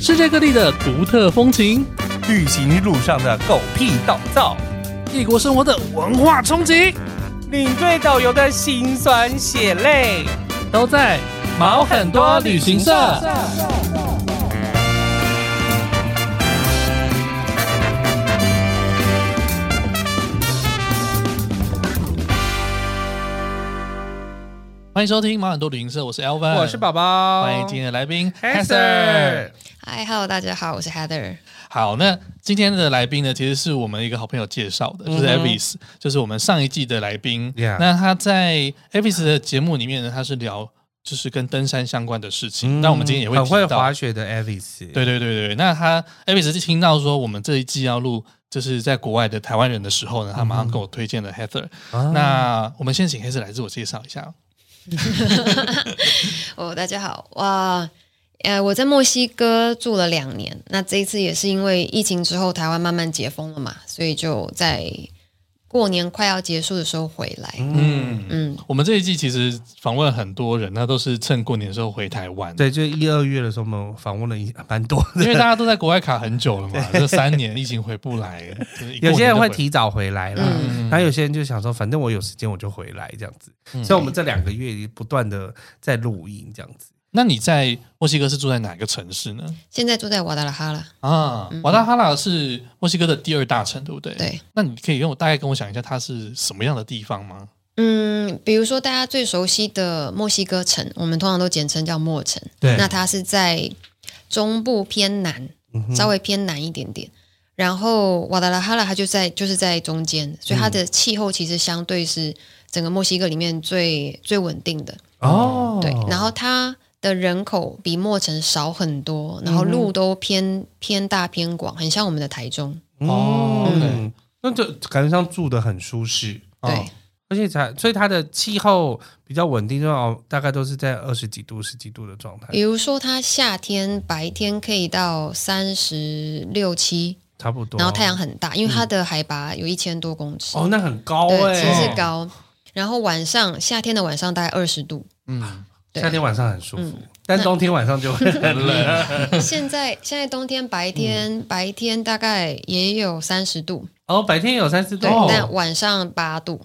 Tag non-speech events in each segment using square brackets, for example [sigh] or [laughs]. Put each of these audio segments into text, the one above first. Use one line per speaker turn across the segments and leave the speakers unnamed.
世界各地的独特风情，
旅行路上的狗屁倒灶，
异国生活的文化冲击，
领队导游的辛酸血泪，
都在毛很多旅行社。呃欢迎收听毛很多旅行社，我是 Alvin，
我是宝宝，
欢迎今天的来宾
Hester。
嗨，Hello，大家好，我是 Heather。
好，那今天的来宾呢，其实是我们一个好朋友介绍的，就是
嗯哼
Avis，、就是我们上一季的来宾。
Yeah
那他在 Avis 的节目里面呢，他是聊就是跟登山相关的事情。那、我们今天也会
嗯很
提
会
到
滑雪的 Avis，
对对对对，那他 Avis 是听到说我们这一季要录就是在国外的台湾人的时候呢，他马上给我推荐了 Heather、
嗯啊
那我们先请 Heather 来自我介绍一下。
哦，大家好，哇，呃，我在墨西哥住了两年，那这一次也是因为疫情之后台湾慢慢解封了嘛，所以就在过年快要结束的时候回来。
嗯，
嗯，
我们这一季其实访问了很多人，那都是趁过年的时候回台湾。
对，就一二月的时候，我们访问了一蛮多
因为
的，
大家都在国外卡很久了嘛，这三年疫情回不来，
[laughs]
就是一过年就
有些人会
回，
提早回来啦，
嗯嗯
然后有些人就想说，反正我有时间我就回来这样子，所以我们这两个月不断的在录音这样子。
那你在墨西哥是住在哪个城市呢？
现在住在瓦达拉哈拉，
啊，瓦达哈拉是墨西哥的第二大城，对不对？
对。
那你可以跟我大概跟我讲一下它是什么样的地方吗？
嗯，比如说大家最熟悉的墨西哥城，我们通常都简称叫墨城。
对
那它是在中部偏南，
嗯
稍微偏南一点点。然后瓦达拉哈拉它就在就是在中间，所以它
嗯
的气候其实相对是整个墨西哥里面最最稳定的。
哦
对，然后它的人口比墨城少很多，
嗯
然后路都偏偏大偏广，很像我们的台中。
哦
嗯，那就感觉上住的很舒适，
对，
哦
而且才所以它的气候比较稳定，就哦大概都是在二十几度、十几度的状态
比，如说它夏天白天可以到三十六七，
差不多。
然后太阳很大，因为它的海拔有一千多公尺，
啊嗯哦，那很高
对，
哎、
其实
哦
是高。然后晚上夏天的晚上大概二十度，
嗯，
对嗯
夏天晚上很舒服，但冬天晚上就会很冷。
现在现在冬天白
嗯
天、白天大概也有三十度，
哦，白天有三十度
对，，
哦
但晚上八度，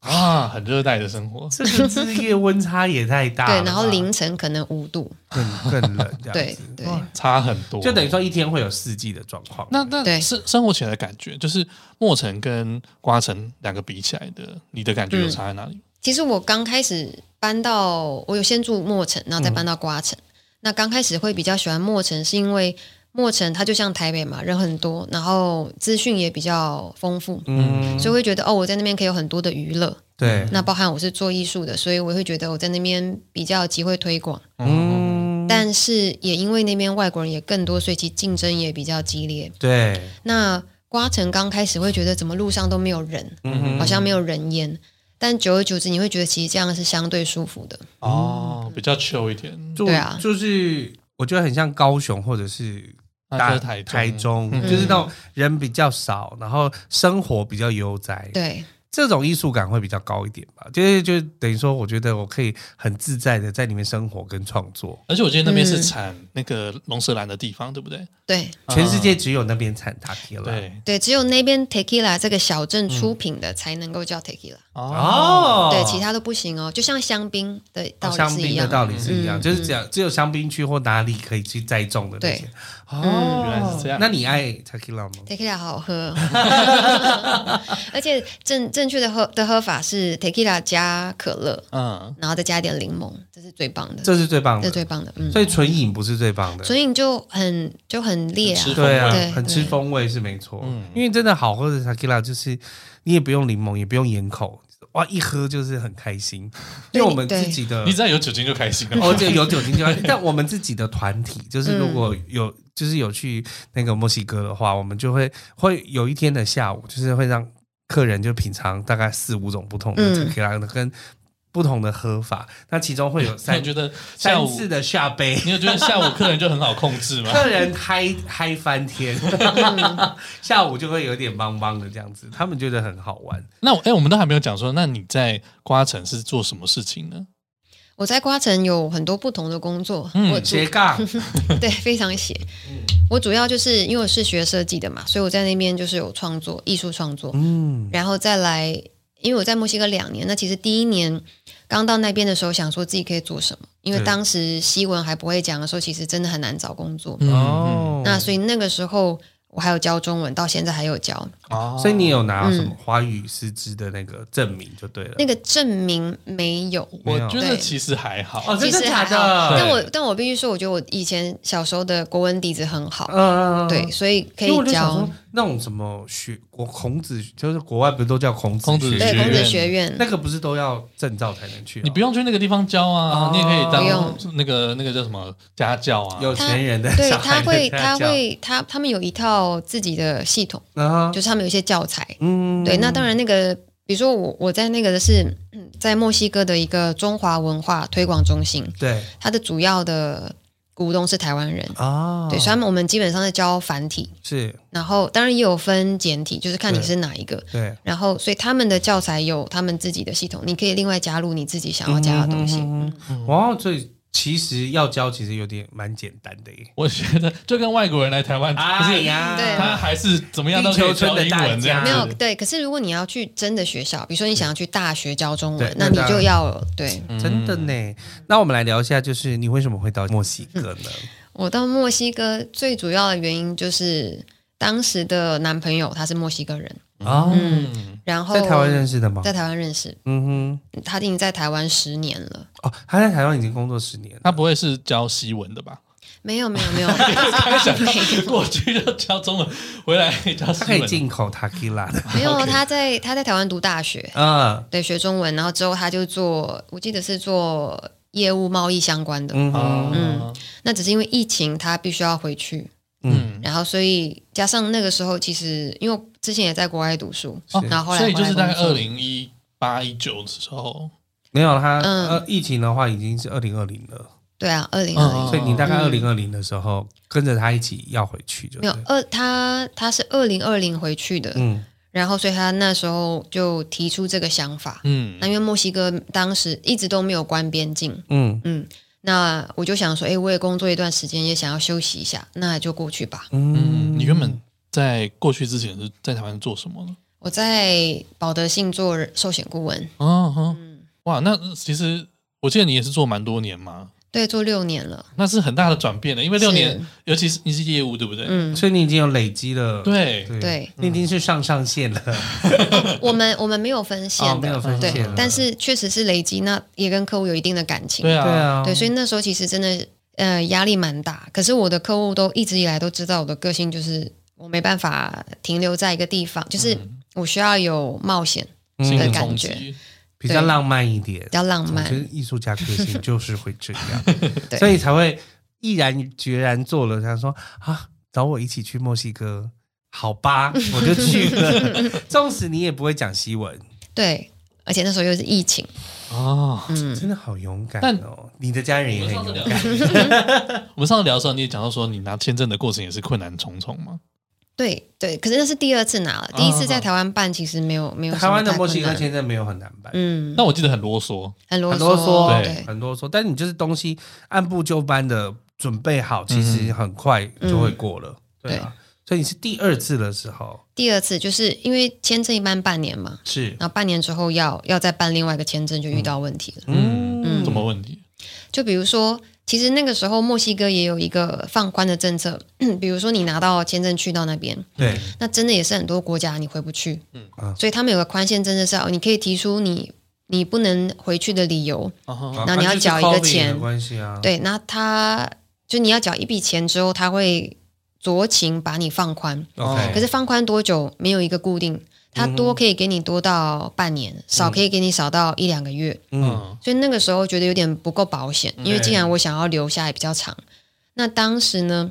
啊，很热带的生活。
这个日夜温差也太大了吧。
对，然后凌晨可能五度，
更更冷这样
对
子。
对。
差很多，
就等于说一天会有四季的状况。嗯
那那
对
生生活起来的感觉，就是墨城跟瓜城两个比起来的，你的感觉
嗯
有差在哪里？
其实我刚开始搬到，我有先住墨城，然后
嗯
再搬到瓜城。那刚开始会比较喜欢墨城，是因为墨城它就像台北嘛，人很多，然后资讯也比较丰富，
嗯，
所以会觉得哦，我在那边可以有很多的娱乐。
对，
嗯那包含我是做艺术的，所以我会觉得我在那边比较有机会推广。
嗯，
但是也因为那边外国人也更多，所以其实竞争也比较激烈。
对，
那瓜城刚开始会觉得怎么路上都没有人，
嗯
好像没有人烟，但久而久之你会觉得其实这样是相对舒服的。
哦，比较秋一点，
就
对啊
就是我觉得很像高雄或者是
那就
大
是台中
台中，
嗯
就是那种人比较少，然后生活比较悠哉，
对，
这种艺术感会比较高一点吧。就是就等于说，我觉得我可以很自在的在里面生活跟创作。
而且我记得那边是
嗯
产那个龙舌兰的地方，对不对？
对
全世界只有那边产塔提了，
嗯对
对，只有那边 Tequila 这个小镇出品的才能够叫 Tequila，、
嗯哦，
对，其他都不行哦。就像香槟的道理
香
是
槟
一
的
样，
道理是一样，
嗯
就是只要只有香槟区或哪里可以去栽种的那些
对。
哦，
嗯原来是这样
那你爱 tequila 吗？
Tequila 好喝，而且正正确的喝的喝法是 Tequila 加可乐，
呃
嗯，
然后再加一点柠檬，这是最棒的，这
这是最棒
是
的，
最棒的。嗯，
所以纯饮不是最棒的。
所以你就很就很烈啊
很，吃
对啊
对，
很吃
对
风味是没错
嗯，
因为真的好喝的 tequila 就是你也不用柠檬，也不用盐口，哇，一喝就是很开
[laughs]
心。因
对
为我们
对
自己的
你，只要有酒精就开心了。
哦，就有酒精就要， [laughs] 但我们自己的团体，就是如果有就是有去那个墨西哥的话，我们就会会有一天的下午，就是会让客人就品尝大概四五种不同的
嗯
tequila 跟不同的喝法，那其中会有
[laughs] 你有 [laughs]
三
觉得下
三
午
次，的下杯。
你有觉得下午客人就很好控制
[laughs]
吗？
客人嗨嗨翻天，嗯 [laughs] 下午就会有点帮帮的这样子，他们觉得很好玩。
那我哎、我们都还没有讲说，那你在瓜城是做什么事情呢？
我在瓜城有很多不同的工作，
嗯
我主
斜杠，
[laughs] 对，非常写。我主要就是因为我是学设计的嘛，所以我在那边就是有创作、艺术创作，
嗯
然后再来，因为我在墨西哥两年，那其实第一年刚到那边的时候，想说自己可以做什么，因为
对
当时西文还不会讲的时候，其实真的很难找工作。
嗯
哦，
那所以那个时候我还有教中文，到现在还有教。
哦
所以你有拿什么华语师资的那个证明就对了。
嗯那个证明没有，
我觉得
对
其实还好啊
哦，
其
真的
实还
假
好。
的？
但我但我必须说，我觉得我以前小时候的国文底子很好，
嗯，嗯，
对，
嗯
所以可
因为
以
我就想
教
说。那种什么学国孔子，就是国外不是都叫孔子
孔子
学
对
院
孔子学院，
那个不是都要证照才能去哦？
你不用去那个地方教啊，你也可以
哦不
当
用
那个那个叫什么家教啊。
有钱人 [laughs] 的
对
小孩
他会，
在
他
教，
会，他他们有一套自己的系统，
然后
就是他们有一些教材。
嗯
对，那当然那个，比如说我我在那个的是嗯在墨西哥的一个中华文化推广中心，
对
它的主要的股东是台湾人，
啊，
对，所以他们我们基本上是教繁体，
是
然后当然也有分简体，就是看你
对
是哪一个。
对
然后，所以他们的教材有他们自己的系统，你可以另外加入你自己想要加的东西。
嗯然后所以其实要教其实有点蛮简单的耶。啊
我觉得就跟外国人来台湾，不是
哎呀
对
他还是怎么样都
地球
可以
村
教
的
英
大
文这样
家
没有
子。
对，可是如果你要去真的学校，比如说你想要去大学教中
对
文，那你
那当
就
然
要对。
真的呢。那我们来聊一下，就是你为什么会到墨西哥呢？
我到墨西哥最主要的原因就是当时的男朋友他是墨西哥人，
啊，
嗯，
然后
在台湾认识的吗？
在台湾认识，
嗯
他已经在台湾十年了。
哼，哦，他在台湾已经工作十年了。
他不会是教西文的
[laughs]
吧？
没有没有没有，没有
过去就教中文，回来教
他
西
可以
文。
进
[laughs]
口 Takila 的，
没有
OK
他在他在台湾读大学，
嗯
对，学中文，然后之后他就做，我记得是做业务贸易相关的。
嗯
啊
哼，
嗯那只是因为疫情，他必须要回去，
嗯，
然后所以加上那个时候，其实因为我之前也在国外读书，
是
然后嗯后来
所以就是大概
回来工作
二零一八一九的时候，
没有他
嗯
呃，疫情的话已经是二零二零了，
对啊，二零
嗯
二
嗯
零
哦
所以你大概二
嗯
零二零的时候跟着他一起要回去，就对
没有二，他他是二零二零回去的，
嗯
然后所以他那时候就提出这个想法。
嗯
那因为墨西哥当时一直都没有关边境，
嗯
嗯，那我就想说，哎，我也工作一段时间，也想要休息一下，那就过去吧。
嗯，
嗯，
你原本在过去之前是在台湾做什么呢？
我在保德信做寿险顾问，
哦，哦
嗯，
哇，那其实我记得你也是做蛮多年嘛，
对，做六年了，
那是很大的转变的，因为六
是
年，尤其是你是业务，对不对？
嗯，
所以你已经有累积了，
对，
对，
你已经是上上线了，
我们我们没有分
哦
线
没
的，
有分线
对
了，
但是确实是累积，那也跟客户有一定的感情，
对啊，
对啊，
对，所以那时候其实真的呃压力蛮大。可是我的客户都一直以来都知道我的个性就是我没办法停留在一个地方，就是我需要有冒险，
嗯
新的
对感
冲
觉
击，
比较浪漫一点
比，较浪
我觉
漫。，
得艺术家个性就是会这样
[laughs] 对
所以才会毅然决然做了。他说啊，找我一起去墨西哥，好
[laughs]
吧，我就去了。纵使你也不会讲西文，
对，而且那时候又是疫情，
哦。
嗯，
真的好勇敢
但
哦！你的家人也很
我们上次
勇
聊
敢，
[laughs] 我们上次聊的时候，你也讲到说，你拿签证的过程也是困难重重嘛。
对对。可是那是第二次拿了，第一次在台湾办其实没有没有什
哦台湾
么
的
太
墨西
困
哥
难，
签证没有很难办。
嗯，
但我记得很啰嗦，
很啰
很啰
嗦，
嗦，
对，
很啰嗦。但你就是东西按部就班的准备好，
嗯
其实很快就
嗯
会过了。对啊，所以你是第二次的时候
第二次就是因为签证一般半年嘛，
是，
然后半年之后要要再办另外一个签证，就遇到问题了。
嗯，
嗯
什么问题？
就比如说，其实那个时候墨西哥也有一个放宽的政策， [clears throat] 比如说你拿到签证去到那边，
对，
那真的也是很多国家你回不去，
嗯
啊
所以他们有个宽限政策是啊，你可以提出你你不能回去的理由，
哦吼
啊
然后你要缴一个
那就是 COVID
钱
的关系啊，
对，那他就你要缴一笔钱之后，他会酌情把你放宽，
，OK，
哦可是放宽多久没有一个固定。他
嗯
多可以给你多到半年，少可以给你少到一两个月。
嗯，
嗯
所以那个时候觉得有点不够保险，因为既然我想要留下来比较长，那当时呢，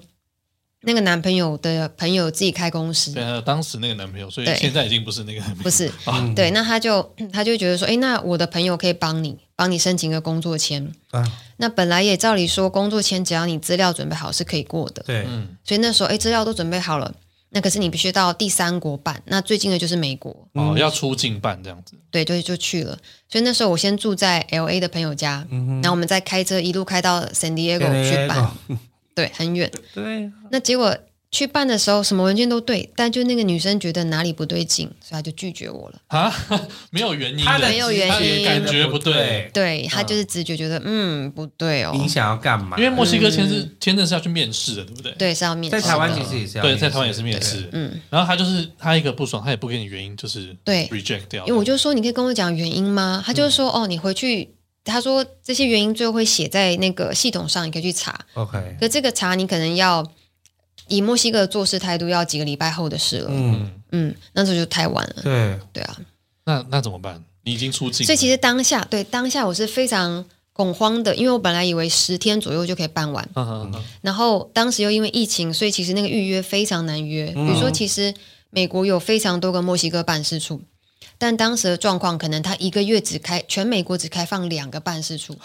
那个男朋友的朋友自己开公司
对，，还有当时那个男朋友，所以
对
现在已经不是那个男朋友，
不是
嗯
啊，
对，那他就他就觉得说，诶，那我的朋友可以帮你帮你申请个工作签。
啊，
那本来也照理说，工作签只要你资料准备好是可以过的，
对，
嗯
所以那时候诶，资料都准备好了，那可是你必须到第三国办，那最近的就是美国，
哦，要出境办这样子，
对，就就去了。所以那时候我先住在 L A 的朋友家，然后我们再开车一路开到嗯 San Diego 去办，对，很远。
哦对，
那结果去办的时候，什么文件都对，但就那个女生觉得哪里不对劲，所以她就拒绝我了。
啊，没有原因的，
没有原因
他也感觉不对，
对她就是直觉觉得，嗯，不对哦，
你想要干嘛？
因为墨西哥签证签证是要去面试的，对不对？
对是要面
在
试的。
台湾其实也是要
对，
面试，
在台湾也是面试，嗯，然后他就是他一个不爽，他也不给你原因，就是
对
reject 掉，
因为我就说你可以跟我讲原因吗？他就
嗯
说、哦，你回去，他说这些原因最后会写在那个系统上，你可以去查。
对。OK，
可这个查你可能要以墨西哥的做事态度，要几个礼拜后的事了。嗯
嗯，
那时候就太晚了，
对，
对啊。
那那怎么办？你已经出境了，
所以其实当下对当下我是非常恐慌的，因为我本来以为十天左右就可以办完，
嗯，嗯嗯
然后当时又因为疫情，所以其实那个预约非常难约。比如说，其实美国有非常多个墨西哥办事处，但当时的状况可能他一个月只开全美国只开放两个办事处，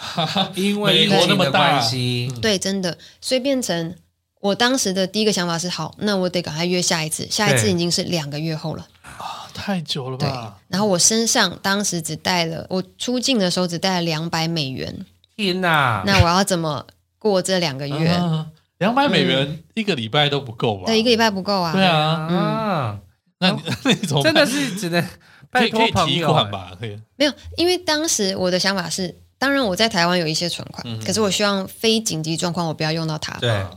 因为
啊美
疫
国那
情
么
的
大嗯
关系，
对，真的，所以变成我当时的第一个想法是，好，那我得赶快约下一次，下一次
对
已经是两个月后了。
啊太久了吧？
然后我身上当时只带了，我出境的时候只带了两百美元，
天
啊
哪！
那我要怎么过这两个月？
两百美元一个礼拜都不够吧？
嗯对，一个礼拜不够啊。
对啊，
啊，
那你 [laughs] 那你
嗯
怎么办
真的是只能
可
拜
以可
托
以
朋
提
友
款？吧？可以，
没有，因为当时我的想法是，当然我在台湾有一些存款，
嗯
可是我希望非紧急状况我不要用到它。
对，
啊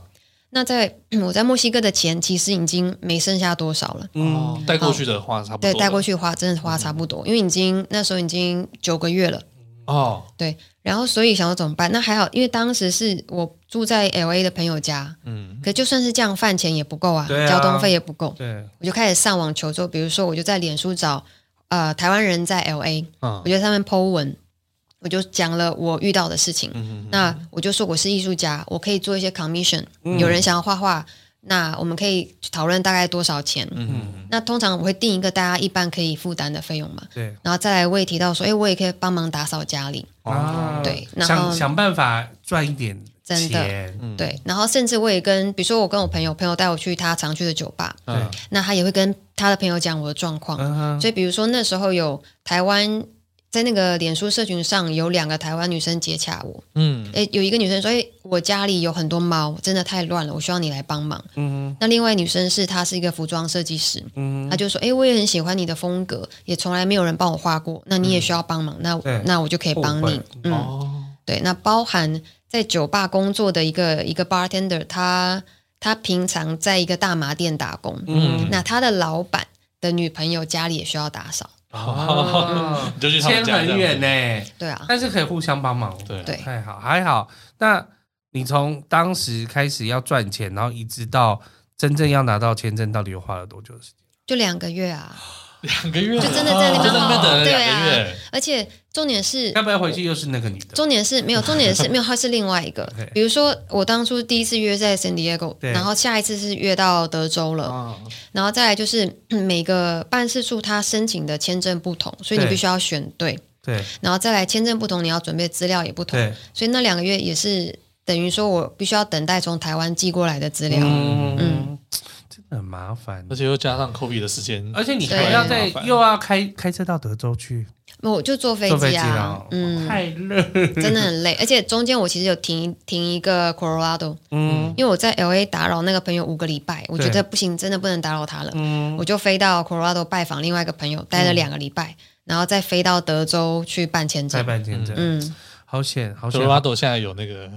那在嗯我在墨西哥的钱其实已经没剩下多少了，
哦
嗯，，
带过去的话差不多
对，
了，嗯
带过去花真的花差不多，因为已经那时候已经九个月了，
哦，
对。然后所以想要怎么办？那还好，因为当时是我住在 L A 的朋友家，
嗯，
可就算是这样，饭钱也不够啊，
对啊
交通费也不够，
对，
我就开始上网求助，比如说我就在脸书找呃台湾人在 L A，
嗯
我就在上面 Po 文，我就讲了我遇到的事情。
嗯
那我就说我是艺术家，我可以做一些 commission，、有
嗯
人想要画画，那我们可以讨论大概多少钱。
嗯
那通常我会定一个大家一般可以负担的费用嘛，
对
然后再来我也提到说，哎，我也可以帮忙打扫家里，
哦
啊，
对然后
想想办法赚一点
真的
钱，
嗯
对，然后甚至我也跟，比如说我跟我朋友，朋友带我去他常去的酒吧，
嗯
那他也会跟他的朋友讲我的状况，
嗯哼，
所以比如说那时候有台湾在那个脸书社群上有两个台湾女生接洽我，
嗯
诶，有一个女生说，诶，我家里有很多猫，真的太乱了，我需要你来帮忙。
嗯
那另外女生是她是一个服装设计师，
嗯
她就说，诶，我也很喜欢你的风格，也从来没有人帮我画过，那你也需要帮忙，那
对
那我就可以帮
互
你
惠。
嗯，
哦，
对，那包含在酒吧工作的一个一个 bartender，他他平常在一个大麻店打工，
嗯
那他的老板的女朋友家里也需要打扫，
[laughs] 哦
你就去他们
牵
家这样子
很远呢，
对啊，
但是可以互相帮忙，
对
对
太好，还好。那你从当时开始要赚钱，然后一直到真正要拿到签证，到底又花了多久的时间？
就两个月啊，
两个月，
就真的在那
就
边
在那边等了
对啊
两个月，
而且重点是
要不要回去又是那个女的？
重点是没有，重
[laughs]
点是没有，它是另外一个
OK。
比如说，我当初第一次约在 San Diego，
对哦
然后下一次是约到德州了，
啊，
然后再来就是 [clears throat] 嗯每个办事处它申请的签证不同，所以你
对
必须要选对，
对
然后再来签证不同，你要准备资料也不同，
对，
所以那两个月也是等于说我必须要等待从台湾寄过来的资料。
嗯，真的很麻烦
而。且又加上 COVID 的时间，
而且你
对
还要再
嗯麻烦
又要开开车到德州去，
那我就坐飞
坐飞
机
机
啊
了，，哦
哦
[laughs]
嗯，
太热，
真的很累，而且中间我其实有停一停一个 Colorado，
嗯
因为我在 L A 打扰那个朋友五个礼拜，我觉得不行，真的不能打扰他了，
嗯
我就飞到 Colorado 拜访另外一个朋友，待了两个礼拜，然后再飞到德州去办签
再
证。
嗯办签证，
嗯，
好险好
科
险，
罗拉多现在有那个，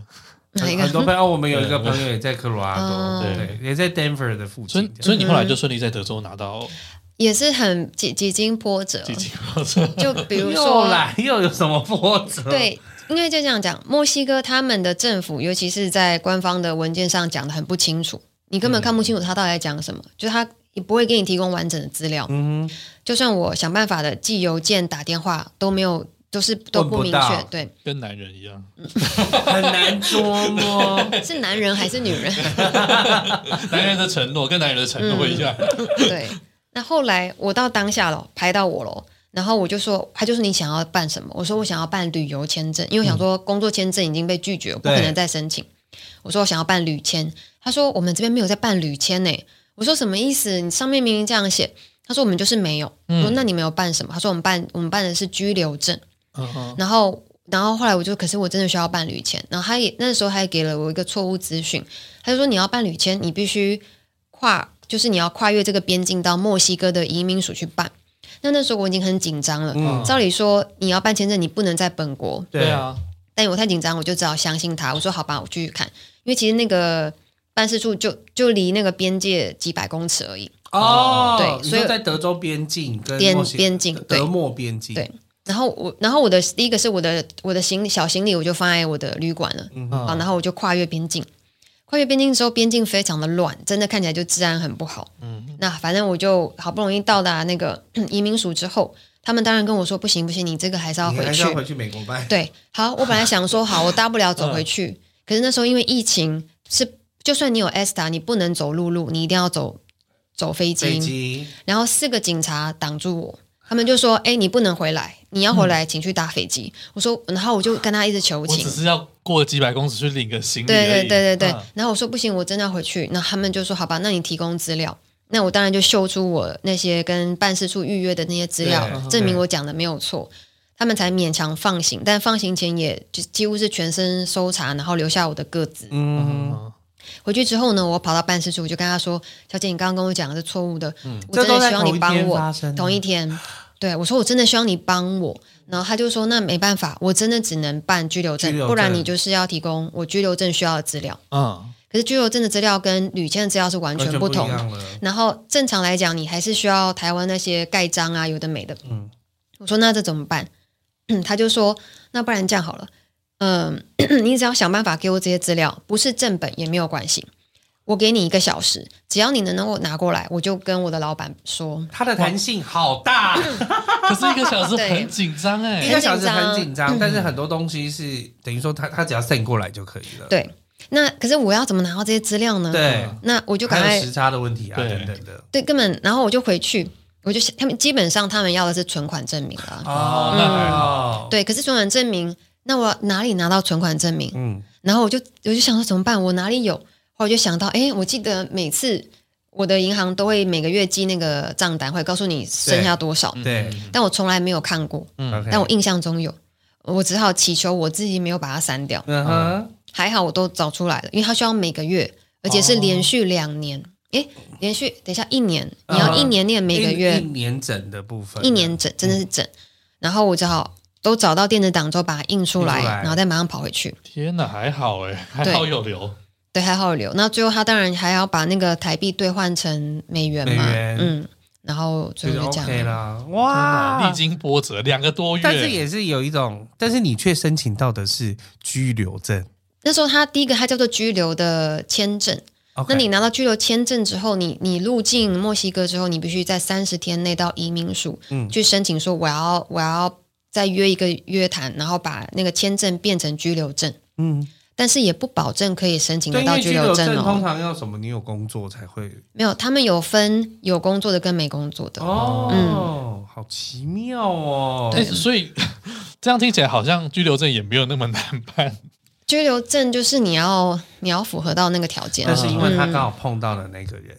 哪一
很
个哦
很？多朋友，哦我们有一个朋友也在科罗拉多，
嗯
对，也在 Denver 的附
所
近
以，
这样
所以你后来就顺利在德州拿到
[laughs] 也是很几几经波折，
基金或者
就比如
又 [laughs]
说，
来又有什么波折？，
对，因为就这样讲，墨西哥他们的政府，尤其是在官方的文件上讲的很不清楚，你根本看不清楚他到底在讲什么，就他也不会给你提供完整的资料。
嗯哼，
就算我想办法的寄邮件、打电话都没有，都是都不明
问不
确
到。
对，
跟男人一样，
很难捉
[laughs]
摸。
是男人还是女人？
男人的承诺跟男人的承诺一样，
对。那后来我到当下了，拍到我了，然后我就说，他就说你想要办什么？我说我想要办旅游签证，因为我想说工作签证已经被拒绝，我不可能再申请。我说我想要办旅签，他说我们这边没有在办旅签呢、我说什么意思？你上面明明这样写。他说我们就是没有。我说那你们有办什么？他说我们办我们办的是居留证。
嗯嗯
然后，然后后来我就，可是我真的需要办旅签。然后他也那时候还给了我一个错误资讯，他就说你要办旅签，你必须跨，就是你要跨越这个边境到墨西哥的移民署去办。那那时候我已经很紧张了，
嗯
照理说你要办签证，你不能在本国，
对，啊，
但我太紧张，我就只好相信他。我说好吧，我继续看，因为其实那个办事处就就离那个边界几百公尺而已。
哦，
对
你
所以
说在德州边境跟
边
墨西
边境对
德墨边境，
对然后我，然后我的第一个是我的我的行李小行李我就放在我的旅馆了，
嗯
嗯
好，然后我就跨越边境，跨越边境之后，边境非常的乱，真的看起来就治安很不好。
嗯，
那反正我就好不容易到达那个 [clears throat] 移民署之后，他们当然跟我说不行不行，你这个还是要
你
回
还是
去
要。回去美国办。
对，好，我本来想说好，我大不了走回去，
[laughs]
可是那时候因为疫情是，就算你有 ESTA，你不能走陆路，你一定要走走飞机。
北京，
然后四个警察挡住我，他们就说：“
啊
哎，你不能回来，你要回
嗯
来，请去搭飞机。我说，然后我就跟他一直求
我
情
只。是要过几百公尺去领个行李，
对对对对对。
啊
嗯
然后我说不行，我真的要回去。那他们就说好吧，那你提供资料。那我当然就秀出我那些跟办事处预约的那些资料
对，
证明我讲的没有错，他们才勉强放行。但放行前也就几乎是全身搜查，然后留下我的个子。
嗯
嗯，
嗯
回去之后呢，我跑到办事处，我就跟他说：“小姐，你刚刚跟我讲的是错误的，我
嗯这
真
都
的
在
希望你帮
同一天
我。
发生的
同一天，对我说我真的希望你帮我。然后他就说：“那没办法，我真的只能办居留证，
居留证
不然你就是要提供我居留证需要的资料。”
嗯
可是居留证的资料跟旅签的资料是完
完
全
不
不同
一
的。
样了。
然后正常来讲，你还是需要台湾那些盖章啊，有的没的。
嗯
我说那这怎么办？ [clears throat] 他就说那不然这样好了，嗯、 [clears throat] 你只要想办法给我这些资料，不是正本也没有关系，我给你一个小时，只要你能够拿过来，我就跟我的老板说。
它的弹性好大，啊
可是一个小时
对
很紧张哎
一，个小时很紧
嗯
张，但是很多东西是等于说他他只要 send 过来就可以了。
对，那可是我要怎么拿到这些资料呢？
对，啊
那我就赶
还
快
有时差的问题啊
嗯对
等等的。
对，根本，然后我就回去，我就他们基本上他们要的是存款证明啊。
哦那还
好。
对，可是存款证明，那我哪里拿到存款证明？
嗯，
然后我就我就想说怎么办？我哪里有？后来我就想到，哎，我记得每次我的银行都会每个月寄那个账单，会告诉你剩下多少，
对嗯
但我从来没有看过，
嗯
OK
但我印象中有。我只好祈求我自己没有把它删掉，
嗯哼，
还好我都找出来了，因为它需要每个月，而且是连续两
哦
年，诶，连续等一下一年，你要一年念每个月，
嗯一一年整的部分，
一年整，真的是整。然后我只好都找到电子档之后把它印出来，
印出来
然后再马上跑回去。
天哪，还好哎，还好有留，
对，还好有留。那最后他当然还要把那个台币兑换成美元嘛，
美元
嗯，然后
就
最
是
后就这样。啊
OK 啦。
历
哇，
经波折两个多月，
啊但是也是有一种，但是你却申请到的是居留证。
那时候他第一个他叫做居留的签证
OK
那你拿到居留签证之后，你你入境墨西哥之后，你必须在三十天内到移民署、
嗯
去申请说我要我要再约一个约谈，然后把那个签证变成居留证，
嗯，
但是也不保证可以申请
对，
得
因
到
为
居
居
留
留
证
证
哦。
通常要什么？你有工作才会
没有，他们有分有工作的跟没工作的。嗯
哦，好奇妙哦。
哎，所以 [laughs] 这样听起来好像居留证也没有那么难办，
居留证就是你要你要符合到那个条件
但，是因为他刚好碰到了那个人，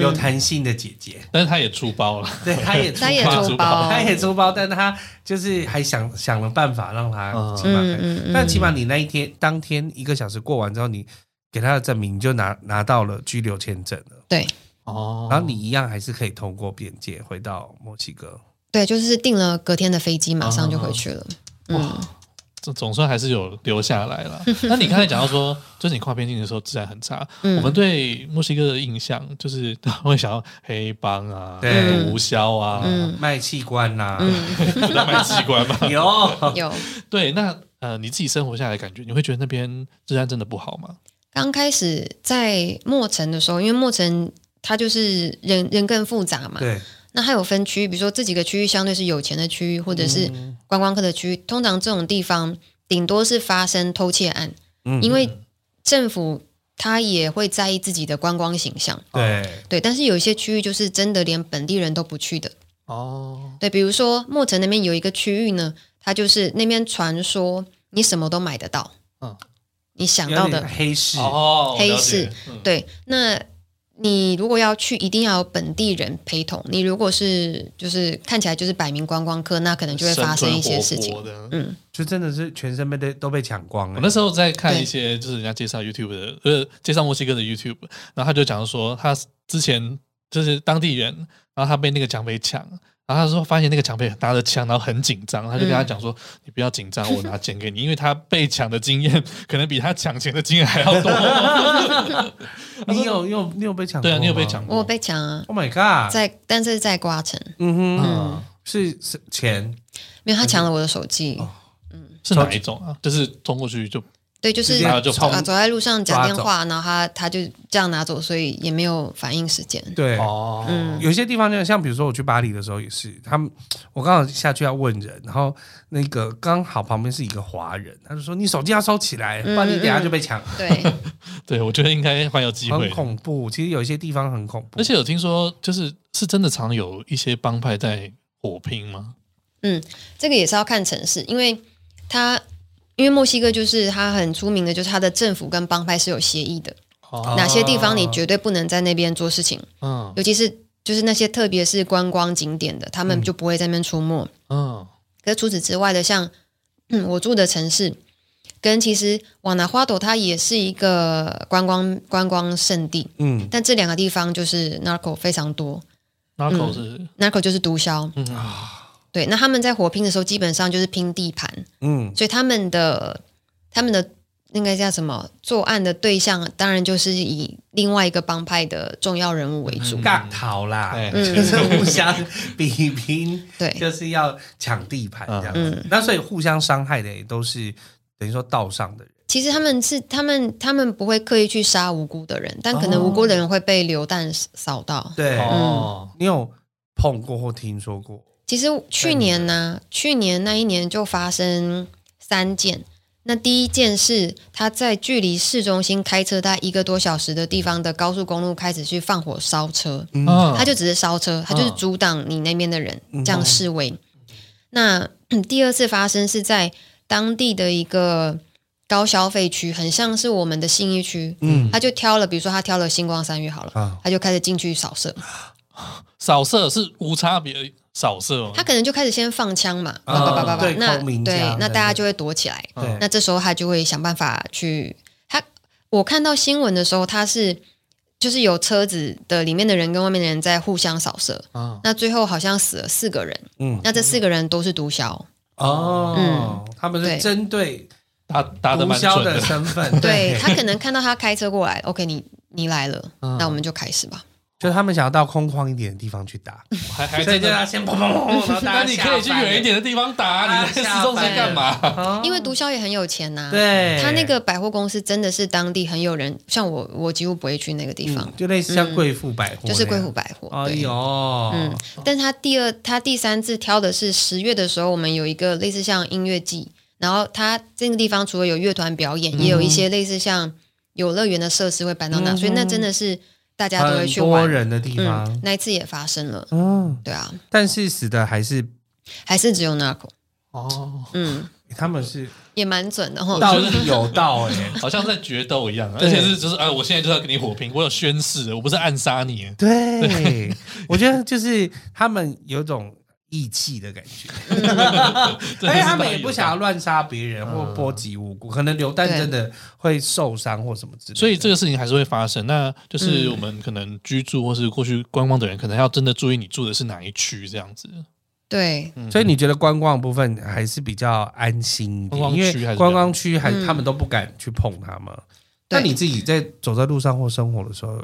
有
嗯，
弹性的姐姐，
但是他也出包了，
[laughs] 对，他也出
他也
包
出包，
他也出包，但他就是还想想了办法让他
嗯
起码可
嗯
以。
嗯嗯，
但起码你那一天当天一个小时过完之后，你给他的证明你就拿拿到了居留签证了，
对
哦
然后你一样还是可以通过边界回到墨西哥。
对，就是订了隔天的飞机，马上就
哦
回去了。嗯，
这总算还是有留下来
[laughs]
了。那你刚才讲到说，就是你跨边境的时候治安很差，
嗯
我们对墨西哥的印象就是他会想要黑帮啊、
对
毒枭啊、
嗯
卖器官呐、
贩卖器官嘛。
[laughs] 有
有
[laughs] 对，那呃，你自己生活下来的感觉，你会觉得那边治安真的不好吗？
刚开始在墨城的时候，因为墨城它就是人人更复杂嘛，
对，
那它有分区域，比如说这几个区域相对是有钱的区域，或者是
嗯
观光客的区域。通常这种地方顶多是发生偷窃案，
嗯
因为政府他也会在意自己的观光形象，
对
对。但是有一些区域就是真的连本地人都不去的，
哦，
对。比如说墨城那边有一个区域呢，它就是那边传说你什么都买得到，
嗯
你想
有
到
点
的，
黑市，
哦
黑市，
我了解嗯
对。那你如果要去，一定要有本地人陪同。你如果是就是看起来就是摆明观光客，那可能就会发生一些事
生。
情
吞活剥的。
嗯，
就真的是全身被都都被抢光了、
我那时候在看
对
一些，就是人家介绍 YouTube 的，呃，介绍墨西哥的 YouTube，然后他就讲说，他之前就是当地人，然后他被那个蒋匪抢，然后他说发现那个蒋匪拿着枪，然后很紧张，他就跟
嗯
他讲说，你不要紧张，我拿钱给你，因为他被抢的经验 [laughs] 可能比他抢钱的经验还要多。
你有你有你有被抢过
对
吗？
啊，你有被抢
我有
过？
被抢啊，
？Oh my god！
在但是在瓜城，
嗯哼，
嗯，
是是钱，
因为他抢了我的手机。
嗯是哪一种啊？就是冲过去就
对，就
直
是
接
然后就
走
冲
啊，走在路上讲
抓
电话，然后他他就这样拿走，所以也没有反应时间。
对。
哦，
嗯
有些地方就像比如说我去巴黎的时候也是，他们我刚好下去要问人，然后那个刚好旁边是一个华人，他就说你手机要收起来，
嗯
不然你等一下就被抢，
对， [laughs]
对，我觉得应该蛮有
嗯
机会
很
的。
恐怖。其实有一些地方很恐怖，
而且有听说，就是是真的常有一些帮派在火拼吗？
这个也是要看城市，因为他因为墨西哥就是它很出名的，就是它的政府跟帮派是有协议的，
哦，
哪些地方你绝对不能在那边做事情，
嗯
尤其是就是那些特别是观光景点的，他们就不会在那边出没。
嗯，
可是除此之外的，像、嗯、我住的城市，跟其实瓦纳花朵它也是一个观光观光圣地，
嗯，
但这两个地方就是 narco 非常多
那口是
，narco 就是毒枭。
嗯
对，那他们在火拼的时候，基本上就是拼地盘，
嗯，
所以他们的他们的那个叫什么作案的对象，当然就是以另外一个帮派的重要人物为主。
尬逃啦，
对
嗯
就是嗯互相比拼，
对
就是要抢地盘这样子。
嗯
那所以互相伤害的也都是等于说道上的人，
其实他们是他们他们不会刻意去杀无辜的人，但可能无辜的人会被流弹扫到。
对
哦，
你有碰过或听说过？
其实去年呢、去年那一年就发生三件。那第一件是他在距离市中心开车大概一个多小时的地方的高速公路开始去放火烧车，
嗯
嗯，
他就只是烧车，他就是阻挡你那边的人、
嗯
这样示威。那 [clears throat] 第二次发生是在当地的一个高消费区，很像是我们的信义区，
嗯
他就挑了，比如说他挑了星光三月好了，
啊，
他就开始进去扫射，
嗯
扫射是无差别扫射吗？
他可能就开始先放枪嘛，叭
啊
叭叭叭叭
对，
那
透明
对
枪，
那
对
大家
对
就会躲起来，
对，
那这时候他就会想办法去他。我看到新闻的时候，他是就是有车子的里面的人跟外面的人在互相扫射，
啊，
那最后好像死了四个人，
嗯
那这四个人都是毒枭，
哦，他们是
嗯对
针对
打打的
毒
蛮
枭
准 [laughs]
的
的，
身份，
对他可能看到他开车过来，OK，你 [laughs] 你来了，
嗯
那我们就开始吧。
就他们想要到空旷一点的地方去打，
还还
所
真
以哎就
的。
要先砰砰 [laughs] 砰砰，然后大
那
家
你可以去远一点的地方打，
大
你
家
在
下
市中心
班
干嘛？
下班，
因为毒枭也很有钱呐、
对
他那个百货公司真的是当地很有人，像我，我几乎不会去那个地方，
嗯就类似像贵妇百货，
就是贵妇。百货。
哎
对，
呦，
嗯，但他第二，他第三次挑的是十月的时候，我们有一个类似像音乐季，然后他这个地方除了有乐团表演，也有一些类似像游乐园的设施会搬到那，所以那真的是大家都会
嗯很
去
多
玩。
人的地
嗯
方，，
那一次也发生了，
嗯，
对啊，
但是死的还是
还是只有 narco，
哦，
嗯，
他们是
也蛮准的哈。
道义有道，哎，
好像在决斗一样，而
对
且是就是哎，我现在就要跟你火拼，我有宣誓的，我不是暗杀你。
[laughs] 对，我觉得就是他们有种义气的感觉，
[laughs] 真的
而
是
且他
道
们
义
也
有
不
道
想要乱杀别人或波及无辜，可能流弹真的会受伤或什么之类的。
所以这个事情还是会发生。那就是
嗯
我们可能居住或是过去观光的人，可能要真的注意你住的是哪一区这样子。
对，
所以你觉得观光的部分还是比较安心一
观光区
点，因
还是
为观光区还
比较
他们都不敢去碰它嘛。那
对
你自己在走在路上或生活的时候，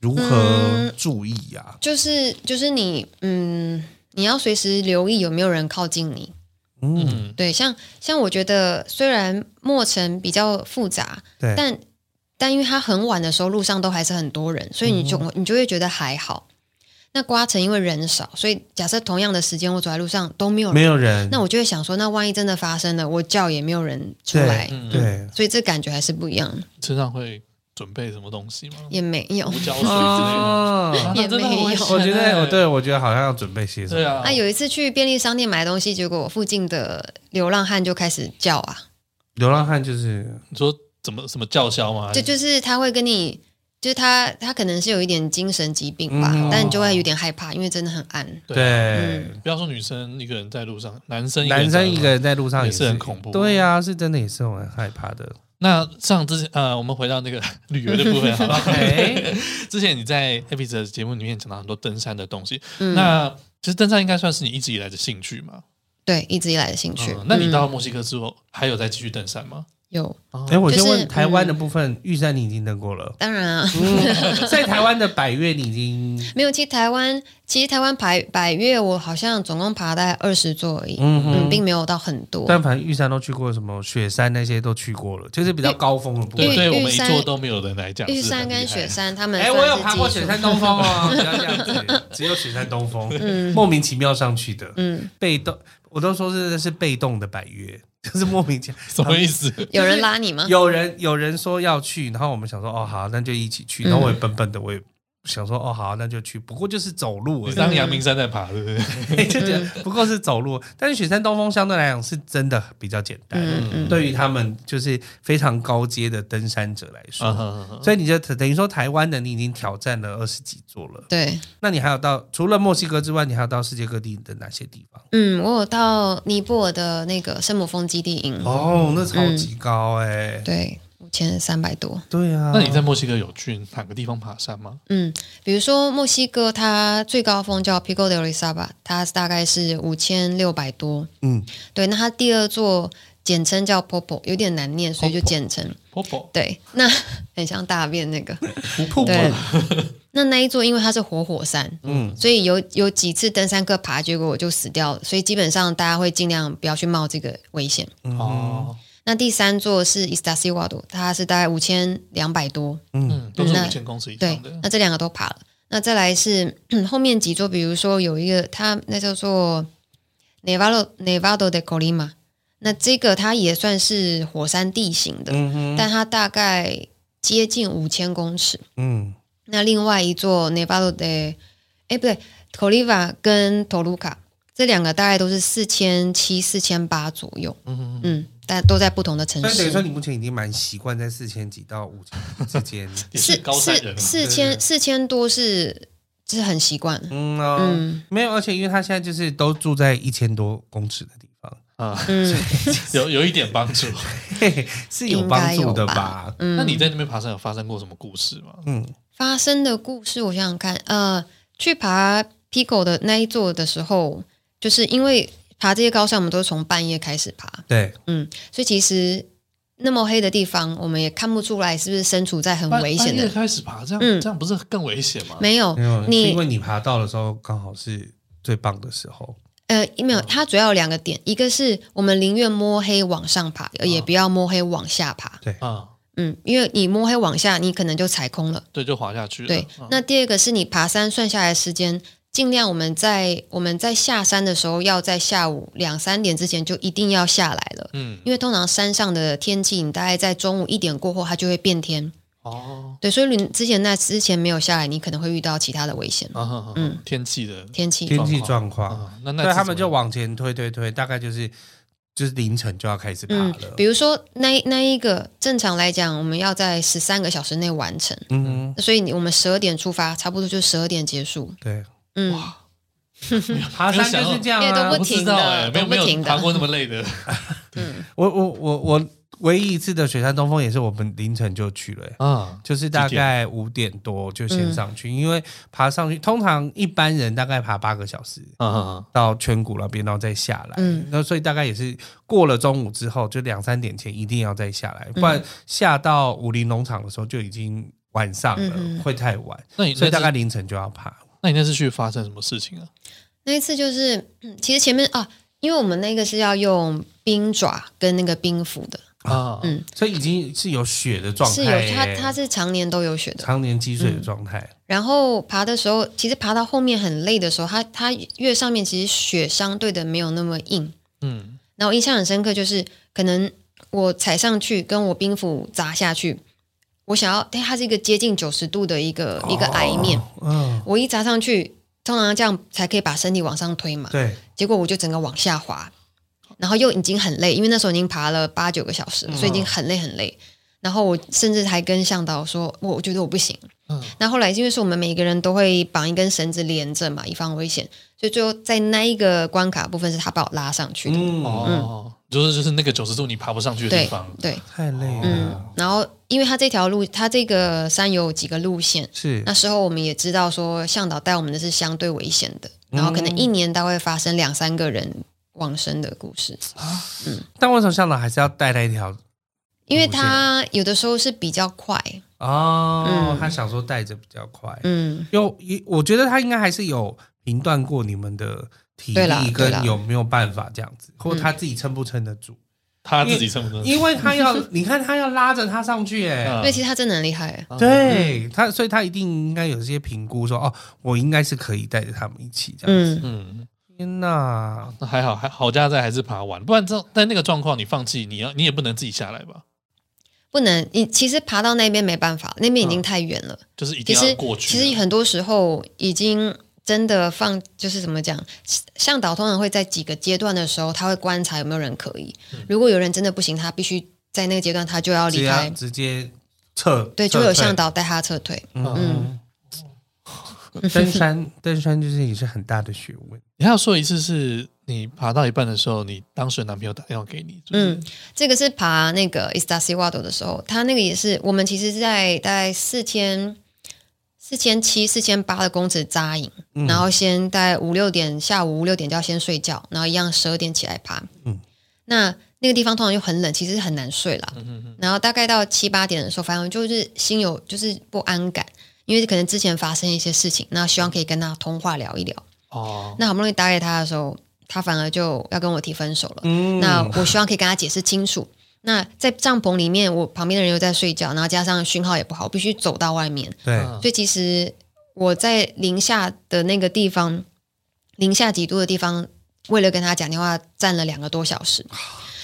如何注意啊？
就是就是你，嗯，你要随时留意有没有人靠近你。
嗯，
嗯，
对，像像我觉得虽然墨城比较复杂，
对，
但但因为它很晚的时候路上都还是很多人，所以你就、你就会觉得还好。那瓜城因为人少，所以假设同样的时间我走在路上都没有人，
没有人，
嗯那我就会想说，那万一真的发生了，我叫也没有人出来，
嗯
对，
所以这感觉还是不一样，
身上会准备什么东西吗？
也没有
胡。椒水之类的。
哦，
啊
[laughs]
也
那真的很危
没有
险
我觉
欸
得我对我觉得好像要准备些什
对
么。
啊，
啊，有一次去便利商店买东西，结果我附近的流浪汉就开始叫啊，
流浪汉就是哎
你说怎么什么叫嚣吗？
就就是他会跟你，就是他他可能是有一点精神疾病吧，
嗯
但你就会有点害怕，因为真的很暗。
对，
不要说女生一个人在路上，男生
男生一个
人在路上。嗯也
人在路上是
是很恐怖
对呀、是真的也是很害怕的。
那上之前呃，我们回到那个旅游的部分好吧 [laughs]
OK
之前你在 Happy 的节目里面讲到很多登山的东西，
嗯，
那其实登山应该算是你一直以来的兴趣嘛。
对一直以来的兴趣。
哦
嗯，那你到
嗯
墨西哥之后，还有再继续登山吗？
有
哦
哎、我先
就是嗯
问台湾的部分，玉山你已经登过了， [laughs]
当然啊， [laughs]
在台湾的百越你已经，
没有。其实台湾其实台湾百百越，我好像总共爬大概二十座而已，
嗯
嗯，
哼，
并没有到很多。
但凡玉山都去过，什么雪山那些都去过了，就是比较高峰的部
对，
玉
分。
对我们一
玉山
座都没有人来讲，
玉
是很
山
厉害
跟雪山，他们
哎，
算
我有
是
爬过
技术
雪山东风哦，不要这样子，只有雪山东风，
[laughs] 嗯
莫名其妙上去的，
嗯，
被动，我都说是是被动的百越， [laughs] 就是莫名其妙。
什么意思？
有人拉你吗？
有人有人说要去，然后我们想说哦好，那就一起去。然后我
嗯
也笨笨的，我也想说哦好，那就去。不过就是走路而
你
已，
当阳明山在爬，对不对？
[laughs] 就觉得不过是走路。但是雪山东风相对来讲是真的比较简单，
嗯嗯
对于他们就是非常高阶的登山者来说。
嗯
啊哈哈哈
所以你就等于说，台湾的你已经挑战了二十几座了。
对，
那你还有到除了墨西哥之外，你还有到世界各地的哪些地方？
嗯，我有到尼泊尔的那个圣母峰基地营，
哦，那超级高哎、
对，五千三百多。
对啊，
那你在墨西哥有去哪个地方爬山吗？
嗯，比如说墨西哥，它最高峰叫 Pico de Orizaba，它大概是五千六百多。
嗯，
对，那它第二座简称叫 Popo，有点难念，所以就简称。
波波
对，那很像大便那个。
瀑布
哦
对，
[laughs]
那那一座因为它是活火山，
嗯
所以有有几次登山客爬，结果我就死掉了。所以基本上大家会尽量不要去冒这个危险。
哦，
那第三座是 Istasiwado，它是大概五千两百多。
嗯，都是
那
五千公尺以
对
上的，。
那这两个都爬了。那再来是 [clears throat] 后面几座，比如说有一个，它那叫做 Nevado Nevado de Colima，那这个它也算是火山地形的，
嗯哼
但它大概接近五千公尺。
嗯
那另外一座 Nevado de，哎不对，Coliva 跟 Toluca 这两个大概都是四千七、四千八左右，
嗯，
嗯，但都在不同的城
所以等于说，
市。
你目前已经蛮习惯在四千几到五千之间。
也是高山人嘛，
四四
对对对
千四千多是是很
[laughs]
习惯，
嗯哦，
嗯
没有，而且因为他现在就是都住在一千多公尺的地方，
[laughs]
啊，
嗯，
有有一点帮助。
嘿嘿， [laughs] 是有帮助的吧？
嗯，
那你在那边爬山有发生过什么故事吗？
嗯，
发生的故事，我想想看，呃，去爬 Pico 的那一座的时候，就是因为爬这些高山，我们都是从半夜开始爬，
对，
嗯，所以其实那么黑的地方，我们也看不出来是不是身处在很
半
危险
半夜
的。
开始爬，这样
嗯
这样不是更危险吗？
没有
没有，，是因
嗯你
为你爬到的时候刚好是最棒的时候。
呃没有，它主要有两个点，一个是我们宁愿摸黑往上爬，也不要摸黑往下爬，
啊，
嗯，因为你摸黑往下，你可能就踩空了。
对，就滑下去了。
对
嗯，
那第二个是你爬山算下来的时间，尽量我们在我们在下山的时候，要在下午两三点之前就一定要下来了，
嗯，
因为通常山上的天气，你大概在中午一点过后，它就会变天。
哦，
对，所以你之前那之前没有下来，你可能会遇到其他的危险，
啊哈，嗯
嗯，
天气的
天气。
天气状况，
啊，那那
对，
次
他们
怎
就
么样
往前推推推，大概就是就是凌晨就要开始爬
嗯
了，
比。如说那那一个正常来讲，我们要在十三个小时内完成，
嗯，
所以你我们十二点出发，差不多就十二点结束。
对，
嗯，
爬山就是这样
没有想
啊
到
我
也都。
不
不
知
停
道
的
哎，没有
都不
没有
停的
爬过那么累
[laughs]
的，
我我我我唯一一次的雪山东风也是我们凌晨就去了、欸
啊，
就是大概五点多就先上去，因为爬上去通常一般人大概爬八个小时
啊啊
到圈谷那边，然后再下来。
嗯
那所以大概也是过了中午之后，就两三点前一定要再下来，不
嗯
然下到武林农场的时候就已经晚上了，
嗯嗯
会太晚，
那你
所以大
那
概
次
凌晨就要爬。
那你那次去发生什么事情啊？
那一次就是，嗯其实前面啊，因为我们那个是要用冰爪跟那个冰斧的，
啊，
嗯
所以已经是有雪的状态、
是有它它是嗯常年都有雪的。
常年积水的状态。
然后爬的时候，其实爬到后面很累的时候，它它越上面其实雪相对的没有那么硬。
嗯，
然后印象很深刻就是，可能我踩上去跟我冰斧砸下去，我想要，但它是一个接近九十度的一个、一个矮面，
嗯，
我一砸上去，通常这样才可以把身体往上推嘛。
对，
结果我就整个往下滑，然后又已经很累，因为那时候已经爬了八九个小时，所以已经很累很累。然后我甚至还跟向导说，我我觉得我不行。
嗯
那后来因为是我们每个人都会绑一根绳子连着嘛，以防危险，所以最后在那一个关卡部分是他把我拉上去的。
嗯，
哦，就是就是那个九十度你爬不上去的地
对
方，
对，
太累
嗯
了，，
然后因为他这条路，他这个山有几个路线，
是
那时候我们也知道说向导带我们的是相对危险的，然后可能一年大概会发生两三个人往生的故事，
但为什么向导还是要带那一条
因为他有的时候是比较快，
哦
嗯，
他想说带着比较快，
嗯，
有也我觉得他应该还是有评断过你们的体
对啦
力
对啦嗯
跟有没有办法这样子，或者他自己撑不撑得住，
他自己撑不撑？
因为他
[laughs]
要你看他要拉着他上去哎。
嗯
因为其实他真的很厉害，
啊
对他，所以他一定应该有些评估说，哦，我应该是可以带着他们一起这样子。
嗯，
嗯，
天哪，
那还好，还好家在还是爬完，不然这在那个状况你放弃，你要你也不能自己下来吧？
不能，你其实爬到那边没办法，那边已经太远了。
就是一
其
定要
实
过去啊。
其实很多时候已经真的放，就是怎么讲，向导通常会在几个阶段的时候，他会观察有没有人可以。如果有人真的不行，他必须在那个阶段他就要
嗯只
离
要
开，
直接撤，
对，就
撤
会有
退
向。导带他撤退。
嗯，登山 [laughs] 登山就是也是很大的学问。
你还要说一次，是你爬到一半的时候，你当时的男朋友打电话给你，就是
嗯，这个是爬那个 i s t a s i w a d o 的时候，他那个也是我们其实是在大概四千、四千七、四千八的公尺扎营，
嗯
然后先大概五六点，下午五六点就要先睡觉，然后一样十二点起来爬。
嗯
那那个地方通常就很冷，其实很难睡啦。
嗯
然后大概到七八点的时候，反正就是心有就是不安感，因为可能之前发生一些事情，那希望可以跟他通话聊一聊。
嗯
哦，
那好不容易打给他的时候，他反而就要跟我提分手了。
嗯
那我希望可以跟他解释清楚。那在帐篷里面，我旁边的人又在睡觉，然后加上讯号也不好，必须走到外面。
对，
嗯
所以其实我在零下的那个地方，零下几度的地方，为了跟他讲电话，站了两个多小时，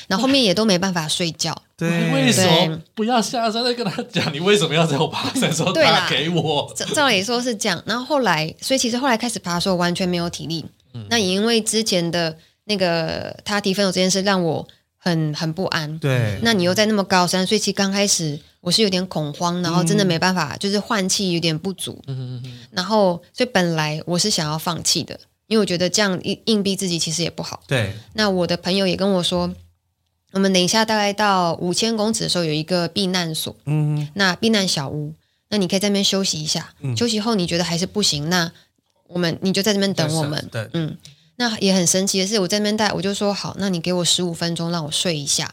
然后后面也都没办法睡觉。
对，
为什
对
么不要下山再跟他讲？ [laughs] 你为什么要在我爬山的时候
对啦
打给我？ [laughs]
照照理说是这样，然后后来，所以其实后来开始爬的时候完全没有体力。那也因为之前的那个他提分手这件事，让我很很不安。
对，
那你又在那么高山，所以其实刚开始我是有点恐慌，然后真的没办法，就是换气有点不足，
嗯嗯嗯
然后所以本来我是想要放弃的，因为我觉得这样硬硬逼自己其实也不好。
对，
那我的朋友也跟我说，我们等一下大概到五千公尺的时候有一个避难所，
嗯，
那避难小屋，那你可以在那边休息一下，休息后你觉得还是不行，那我们你就在这边等我们，
对，
嗯，那也很神奇的是，我在那边带，我就说好，那你给我十五分钟让我睡一下。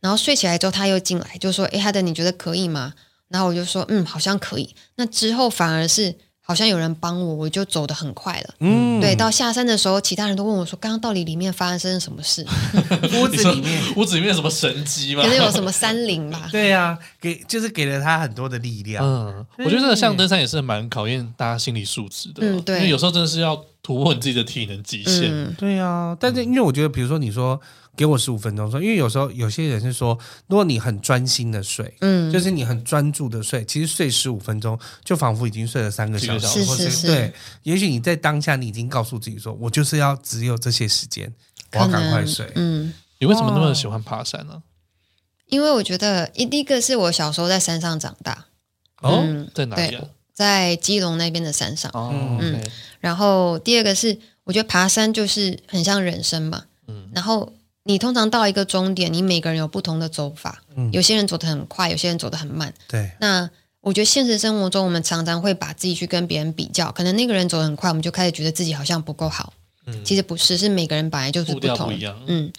然后睡起来之后，他又进来，就说：“诶，哈德，你觉得可以吗？”然后我就说：“嗯，好像可以。”那之后反而是好像有人帮我，我就走得很快了。
嗯， [laughs]
对，到下山的时候，其他人都问我说：“刚刚到底里面发生什
[laughs]
么事？
屋
你
子
说
里面，
屋子里面有什么神机吗
可？能有什么山
[laughs]
林吧
对呀，给就是给了他很多的力量。
[laughs] 嗯，我觉得像登山也是蛮考验大家心理素质的，啊
嗯对
因为有时候真的是要突破你自己的体能极？”限，
嗯，
对啊，但是因为我觉得，比如说你说给我十五分钟说，因为有时候有些人是说，如果你很专心的睡，
嗯
就是你很专注的睡，其实睡十五分钟就仿佛已经睡了三个小时，
是
或
是是
对。也许你在当下你已经告诉自己说，我就是要只有这些时间，我要赶快睡。
嗯，
你为什么那么喜欢爬山呢？
因为我觉得一第一个是我小时候在山上长大，
哦
嗯，
在哪里啊？
在基隆那边的山上。
哦，
嗯
OK
然后第二个是，我觉得爬山就是很像人生嘛。
嗯
然后你通常到一个终点，你每个人有不同的走法，
嗯
有些人走得很快，有些人走得很慢。
对，
那我觉得现实生活中，我们常常会把自己去跟别人比较，可能那个人走得很快，我们就开始觉得自己好像不够好。
嗯
其实不是，是每个人本来就是
步
不
调
同。
不一样，
嗯，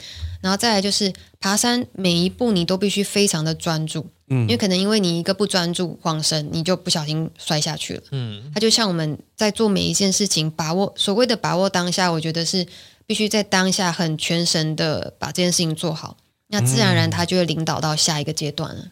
然后再来就是爬山，每一步你都必须非常的专注，因
嗯
为可能因为你一个不专注晃神，你就不小心摔下去了。
嗯
它就像我们在做每一件事情，把握所谓的把握当下，我觉得是必须在当下很全神的把这件事情做好，那自然而然它就会领导到下一个阶段了。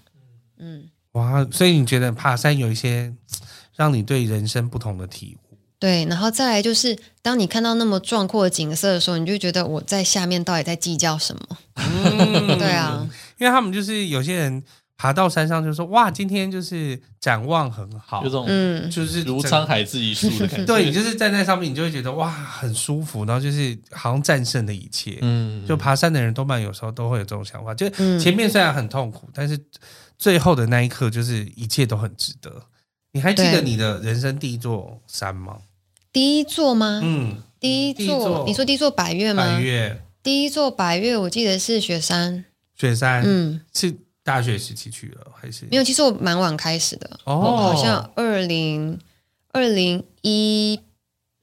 嗯，
哇，所以你觉得爬山有一些嘖让你对人生不同的体悟？
对。然后再来就是，当你看到那么壮阔的景色的时候，你就觉得
[laughs]
我在下面到底在计较什么？对啊，
因为他们就是有些人。爬到山上就说哇，今天就是展望很好
有，种
嗯，
就是
如
整
沧海之一粟的
[laughs]
感觉。
对你就是站在上面，你就会觉得哇很舒服，然后就是好像战胜了一切。
嗯，
就爬山的人多半有时候都会有这种想法，就
嗯
前面虽然很痛苦，但是最后的那一刻就是一切都很值得。你还记得
对
你的人生第一座山吗？
第一座吗？
嗯，
第一
第一座
座，你说第一座百越吗
百？越
第一座百越，我记得是雪山。
雪山、
嗯，
是大学时期去了还是
没有，其实我蛮晚开始的，
哦
我好像二零二零一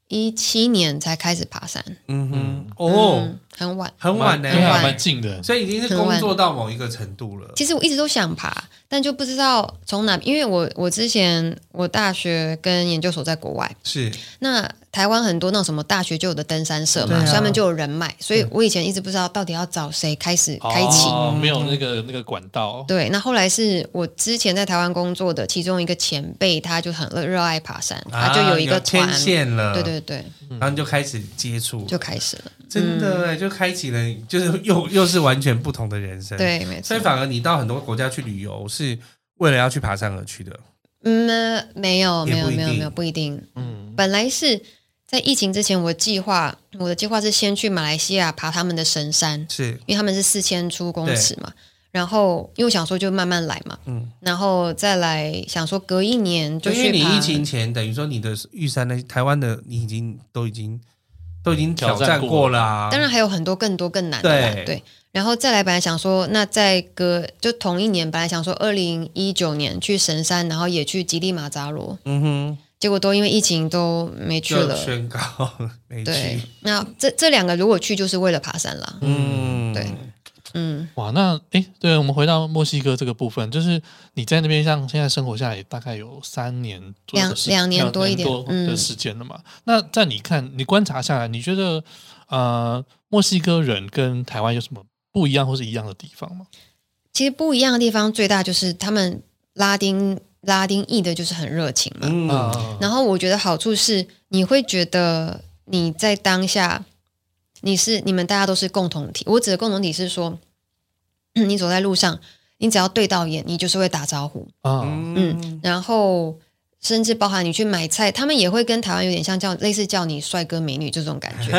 一七年才开始爬山。
嗯哼哦
嗯，，啊很晚。
很晚呢、
因为还
晚
蛮近的，
所以已经是工作到某一个程度了。
其实我一直都想爬，但就不知道从哪，因为我我之前我大学跟研究所在国外，
是
那台湾很多那种什么大学就有的登山社
对
嘛，
啊
所以他们就有人脉，所以我以前一直不知道到底要找谁开始开启。
哦没有那个那个管道，
对，那后来是我之前在台湾工作的其中一个前辈，他就很热热爱爬山，他啊就有一个团
牵，啊线了，
对，对对，
然后你就开始接触，
就开始了。
真的
嗯
欸、就开启了，就是又又是完全不同的人生。，
对，没错
所以。反而你到很多国家去旅游是为了要去爬山而去的。
嗯，呃没有，
也
没有，
不一
没有，
定
没有，不一定。
嗯，
本来是在疫情之前，我计划我的计划是先去马来西亚爬他们的神山，
是，
因为他们是四千出公尺嘛。然后因为我想说就慢慢来嘛，
嗯，
然后再来想说隔一年
就
就
因为
去
你
爬。
疫情前等于说你的玉山的台湾的你已经都已经都已经挑
挑战
战过
过
了、啊，
当然还有很多更多更难的啦
对
对。然后再来，本来想说，那在隔就同一年，本来想说二零一九年去神山，然后也去吉力马扎罗，
嗯哼，
结果都因为疫情都没去
就
了。
宣告没
对
去。，
那这这两个如果去就是为了爬山啦。
嗯，
对嗯，
哇，那诶，对我们回到墨西哥这个部分，就是你在那边像现在生活下来大概有三年左右的时
两两年多
多
一点
的
嗯
时间了嘛？那在你看你观察下来，你觉得呃，墨西哥人跟台湾有什么不一样或是一样的地方吗？
其实不一样的地方最大就是他们拉丁拉丁裔的就是很热情嘛。
嗯，
啊，
然后我觉得好处是你会觉得你在当下你是你们大家都是共同体。我指的共同体是说，嗯你走在路上，你只要对到眼，你就是会打招呼。
啊，
嗯
嗯，然后甚至包含你去买菜，他们也会跟台湾有点像叫类似叫你帅哥美女这种感觉。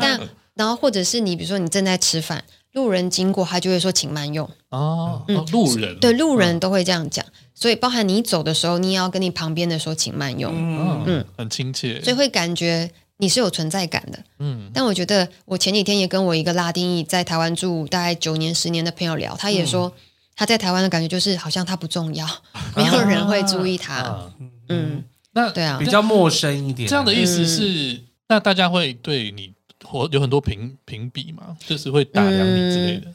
但然后或者是你比如说你正在吃饭，路人经过他就会说请慢用，
哦，
嗯
哦路人
对路人都会这样讲。所以包含你走的时候，你也要跟你旁边的说请慢用，
嗯，
嗯
嗯，
很亲切，
所以会感觉。你是有存在感的，
嗯
但我觉得我前几天也跟我一个拉丁裔在台湾住大概九年、十年的朋友聊，他也说、他在台湾的感觉就是好像他不重要，没有人会注意他。
啊，
嗯，
那
对啊
比，较陌生一点，啊
这样的意思是，那大家会对你或有很多评评比嘛，就是会打量你之类
嗯
的。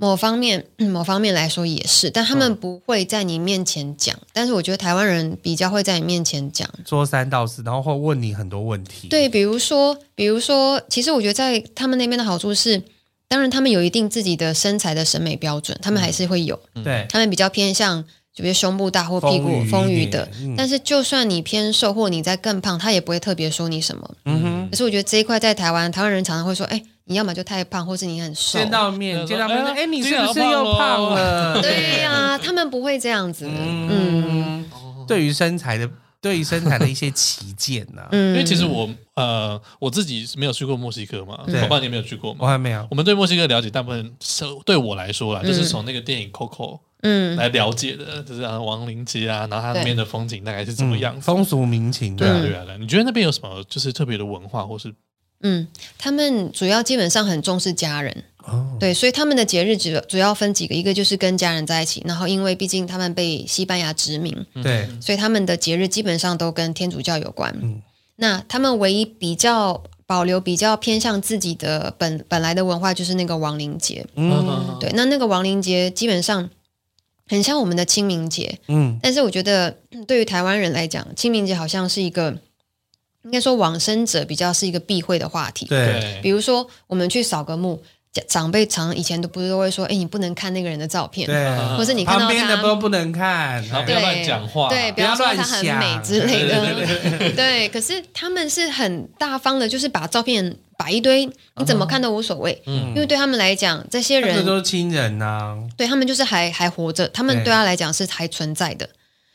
某方面 [clears throat] 某方面来说也是，但他们不会在你面前讲。但是我觉得台湾人比较会在你面前讲。
说三道四，然后会问你很多问题。
对，比如说，比如说，其实我觉得在他们那边的好处是，当然他们有一定自己的身材的审美标准，他们还是会有，
对，
他们比较偏向。就比如胸部大或屁股丰
丰腴一点
腴的，
嗯
但是就算你偏瘦或你再更胖，他也不会特别说你什么。
嗯哼，
可是我觉得这一块在台湾，台湾人常常会说：“哎、你要么就太胖，或是你很瘦。”
见到面，
嗯
见到面，
哎呀
哎，你
今
是
天
不是又
好胖
胖
哦
了？
对呀、他们不会这样子。嗯
嗯，对于身材的，对于身材的一些旗舰啊呢，
嗯，
因为其实我呃我自己是没有去过墨西哥嘛，
对
我爸你没有去过
我
嘛。
还没有。
我们对墨西哥了解，大部分是对我来说啦，就是从那个电影《Coco》
嗯，
来了解的，就是啊亡灵街啊，然后它那边的风景大概是怎么
嗯
样子。
风俗民情，
对啊，
嗯
对啊，对啊。你觉得那边有什么就是特别的文化，或是
嗯，他们主要基本上很重视家人，
哦，
对，所以他们的节日主主要分几个，一个就是跟家人在一起，然后因为毕竟他们被西班牙殖民，
对，
所以他们的节日基本上都跟天主教有关。
嗯
那他们唯一比较保留比较偏向自己的本本来的文化，就是那个亡灵节。
嗯
对，那那个亡灵节基本上很像我们的清明节，
嗯，
但是我觉得，嗯对于台湾人来讲，清明节好像是一个，应该说往生者比较是一个避讳的话题。
对，
对
比如说，我们去扫个墓，家长辈常以前都不是都会说，哎，你不能看那个人的照片，
对，啊
或是你看
旁
到
边的
他
都。不能看，哎
然后不
对
要乱讲话，
对，
不
不
要
要说
乱
她很
想
美之类
啊
[laughs]
对对
的，对。可是他们是很大方的，就是把照片摆一堆，你怎么看都无所谓，
嗯
因为对他们来讲，这些
这
人
都是亲人呐、
对他们就是还还活着，他们
对
对他来讲是还存在的。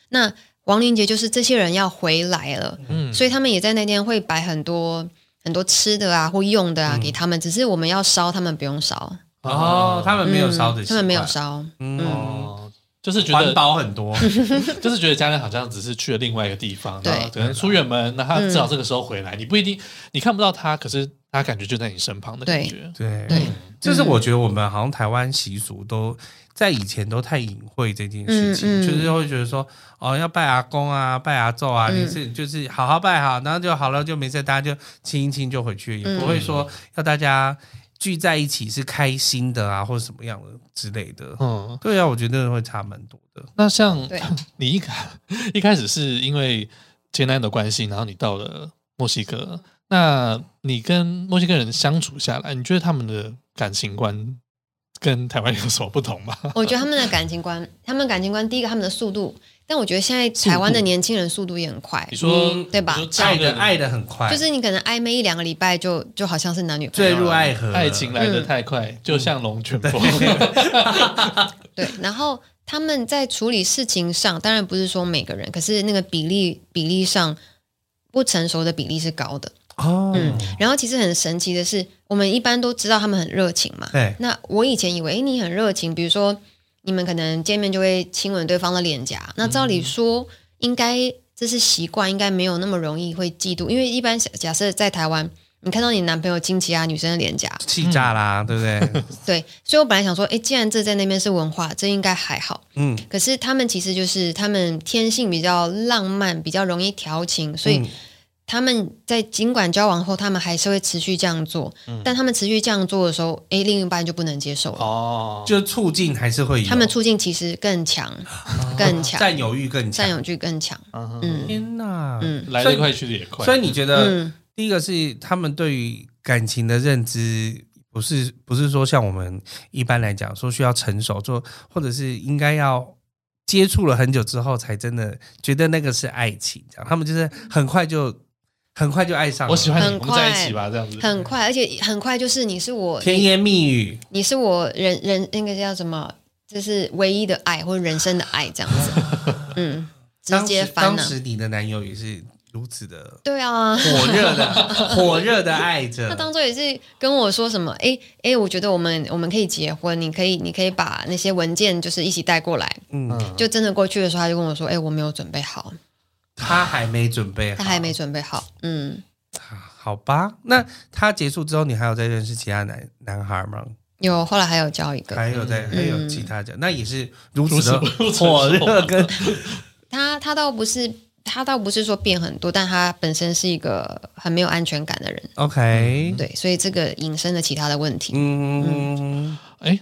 那亡灵节就是这些人要回来了，
嗯
所以他们也在那天会摆很多很多吃的啊或用的啊给他们，只是我们要烧，他们不用烧，
哦，他们没有烧的习惯、
嗯他们没有烧，
嗯，
哦，就是觉
环
得
保很多，
[laughs] 就是觉得家人好像只是去了另外一个地方，
对嗯
然后可能出远门，那他至少这个时候回来，你不一定你看不到他，可是他感觉就在你身旁的感觉。
对
对，嗯
就是我觉得我们好像台湾习俗都在以前都太隐晦这件事情，
嗯嗯
就是会觉得说哦要拜阿公啊、拜阿昼啊，
嗯
你是就是好好拜好，然后就好了就没事，大家就亲一亲就回去，也不会
嗯
说要大家聚在一起是开心的啊，或者什么样的之类的。
嗯，
对啊，我觉得会差蛮多的。
那像
对
[laughs] 你一开一开始是因为前男友的关系，然后你到了墨西哥，那你跟墨西哥人相处下来，你觉得他们的感情观跟台湾有什么不同
呃
吗？
我觉得他们的感
[laughs]
情观，他们感情观第一个他们的速度，但我觉得现在台湾的年轻人速度也很快
你，说、
嗯
对吧
你说
爱
爱
的
的
爱的很快，
就是你可能暧昧一两个礼拜就就好像是男女朋友
坠入爱河了，
爱情来
嗯
的太快，就像龙
[laughs]
卷风。 [laughs]
对，然后他们在处理事情上，当然不是说每个人，可是那个比例比例上不成熟的比例是高的。
哦，
嗯，然后其实很神奇的是，我们一般都知道他们很热情嘛。
对
那我以前以为，诶，你很热情，比如说你们可能见面就会亲吻对方的脸颊，那照理说应该这是习惯，应该没有那么容易会嫉妒，因为一般假假设在台湾，你看到你男朋友亲其他女生的脸颊，
气炸
嗯
啦，对不对？
对，所以我本来想说，诶，既然这在那边是文化，这应该还好。
嗯，
可是他们其实就是他们天性比较浪漫，比较容易调情，所以
嗯
他们在尽管交往后，他们还是会持续这样做。
嗯
但他们持续这样做的时候，诶，另一半就不能接受了。
哦，
就促进还是会有
他们促进其实更强，
啊
更强， [laughs]
占有欲更强
占。有欲更强。
嗯，
嗯
天哪！
嗯，
来得快去得也快。
所以你觉得
嗯
第一个是他们对于感情的认知，不是不是说像我们一般来讲说需要成熟，做或者是应该要接触了很久之后才真的觉得那个是爱情，这样他们就是很快就很快就爱上了，
我喜欢你，
很
我
快
们在一起吧，这样子。
很快，而且很快就是你是我，
甜言蜜语，
你是我人人那个叫什么，就是唯一的爱或人生的爱这
[laughs]
样子。嗯，直接翻
当时。
了、
当时你的男友也是如此的
对啊，
火热的
[laughs]
火热的爱
他
着，
当做也是跟我说什么，诶诶，我觉得我们我们可以结婚，你可以你可以把那些文件就是一起带过来。
嗯，
[laughs] 嗯，
就真的过去的时候，他就跟我说，诶，我没有准备好，
他还没准备好，
他还没准备好。嗯，
啊好吧，那他结束之后，你还有再认识其他男男孩吗？
有后来还有交一个，
还有在、还有其他的，那也是如
如
此
此
的
不成熟
火
[laughs]
热跟
他他倒不是他倒不是说变很多，但他本身是一个很没有安全感的人，
OK，
嗯对，所以这个引申了其他的问题。
嗯，
哎，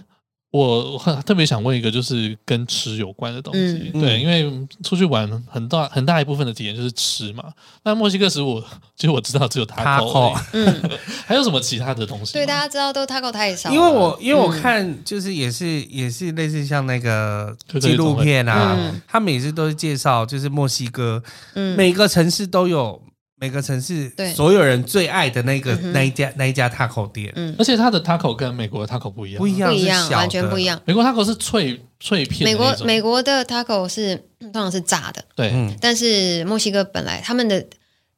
我我很特别想问一个，就是跟吃有关的东西。
嗯
对，
嗯
因为出去玩很大很大一部分的体验就是吃嘛。那墨西哥食物， [laughs] 其实我知道只有
Taco
taco，而已
[laughs]
嗯，
还有什么其他的东西？
对，大，家知道都 taco 太少了，嗯
因为我因为我看就是也是也是类似像那个
就这一
纪录片啊，
种嗯
他每次都是介绍就是墨西哥、
嗯
每个城市都有每个城市
对
所有人最爱的那个、
嗯哼
那一家那一家 taco 店、
嗯
而且它的 taco 跟美国的 taco 不一样，
不一。样，
不一样
是，小的
完全不一。样。
美国 taco 是脆脆片
美
的那
国
种，
美国的 taco 是通常是炸的，
对，
嗯，
但是墨西哥本来他们的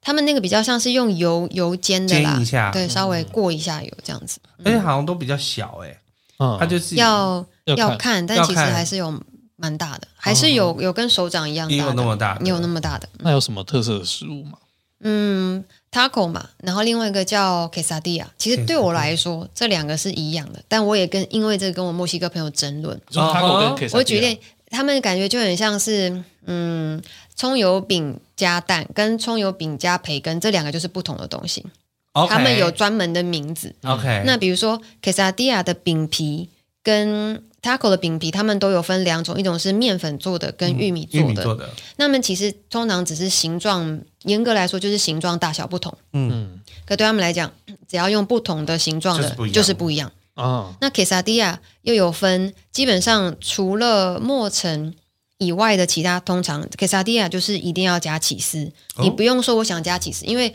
他们那个比较像是用油油煎的啦
煎一，下，嗯
对，稍微过一下油这样子，
而且好像都比较小哎、
嗯
它就是
要要
要看
看，但
要
其实
看
还是有蛮大的，还是有有跟手掌一样
也有
大
那
的，
么大，
也有那么大的，
那有什么特色的食物吗？
嗯，taco 嘛，然后另外一个叫 quesadilla，其实对
quesadilla
我来说这两个是一样的，但我也跟因为这个跟我墨西哥朋友争论，
你
哦
说 taco 跟 quesadilla
我举例，他们感觉就很像是，嗯，葱油饼加蛋跟葱油饼加培根这两个就是不同的东西，
OK
他们有专门的名字。
OK，
嗯那比如说 quesadilla 的饼皮跟 taco 的饼皮，他们都有分两种，一种是面粉做的，跟玉米
嗯玉
做
米
的。
做的，
那么其实通常只是形状，严格来说就是形状大小不同。
嗯
可对他们来讲，只要用不同的形状
就
的
是不一，样
就是不一样。
嗯
啊，
那 quesadilla 又有分，基本上除了磨成以外的其他，通常 quesadilla 就是一定要加起司。
哦
你不用说我想加起司，因为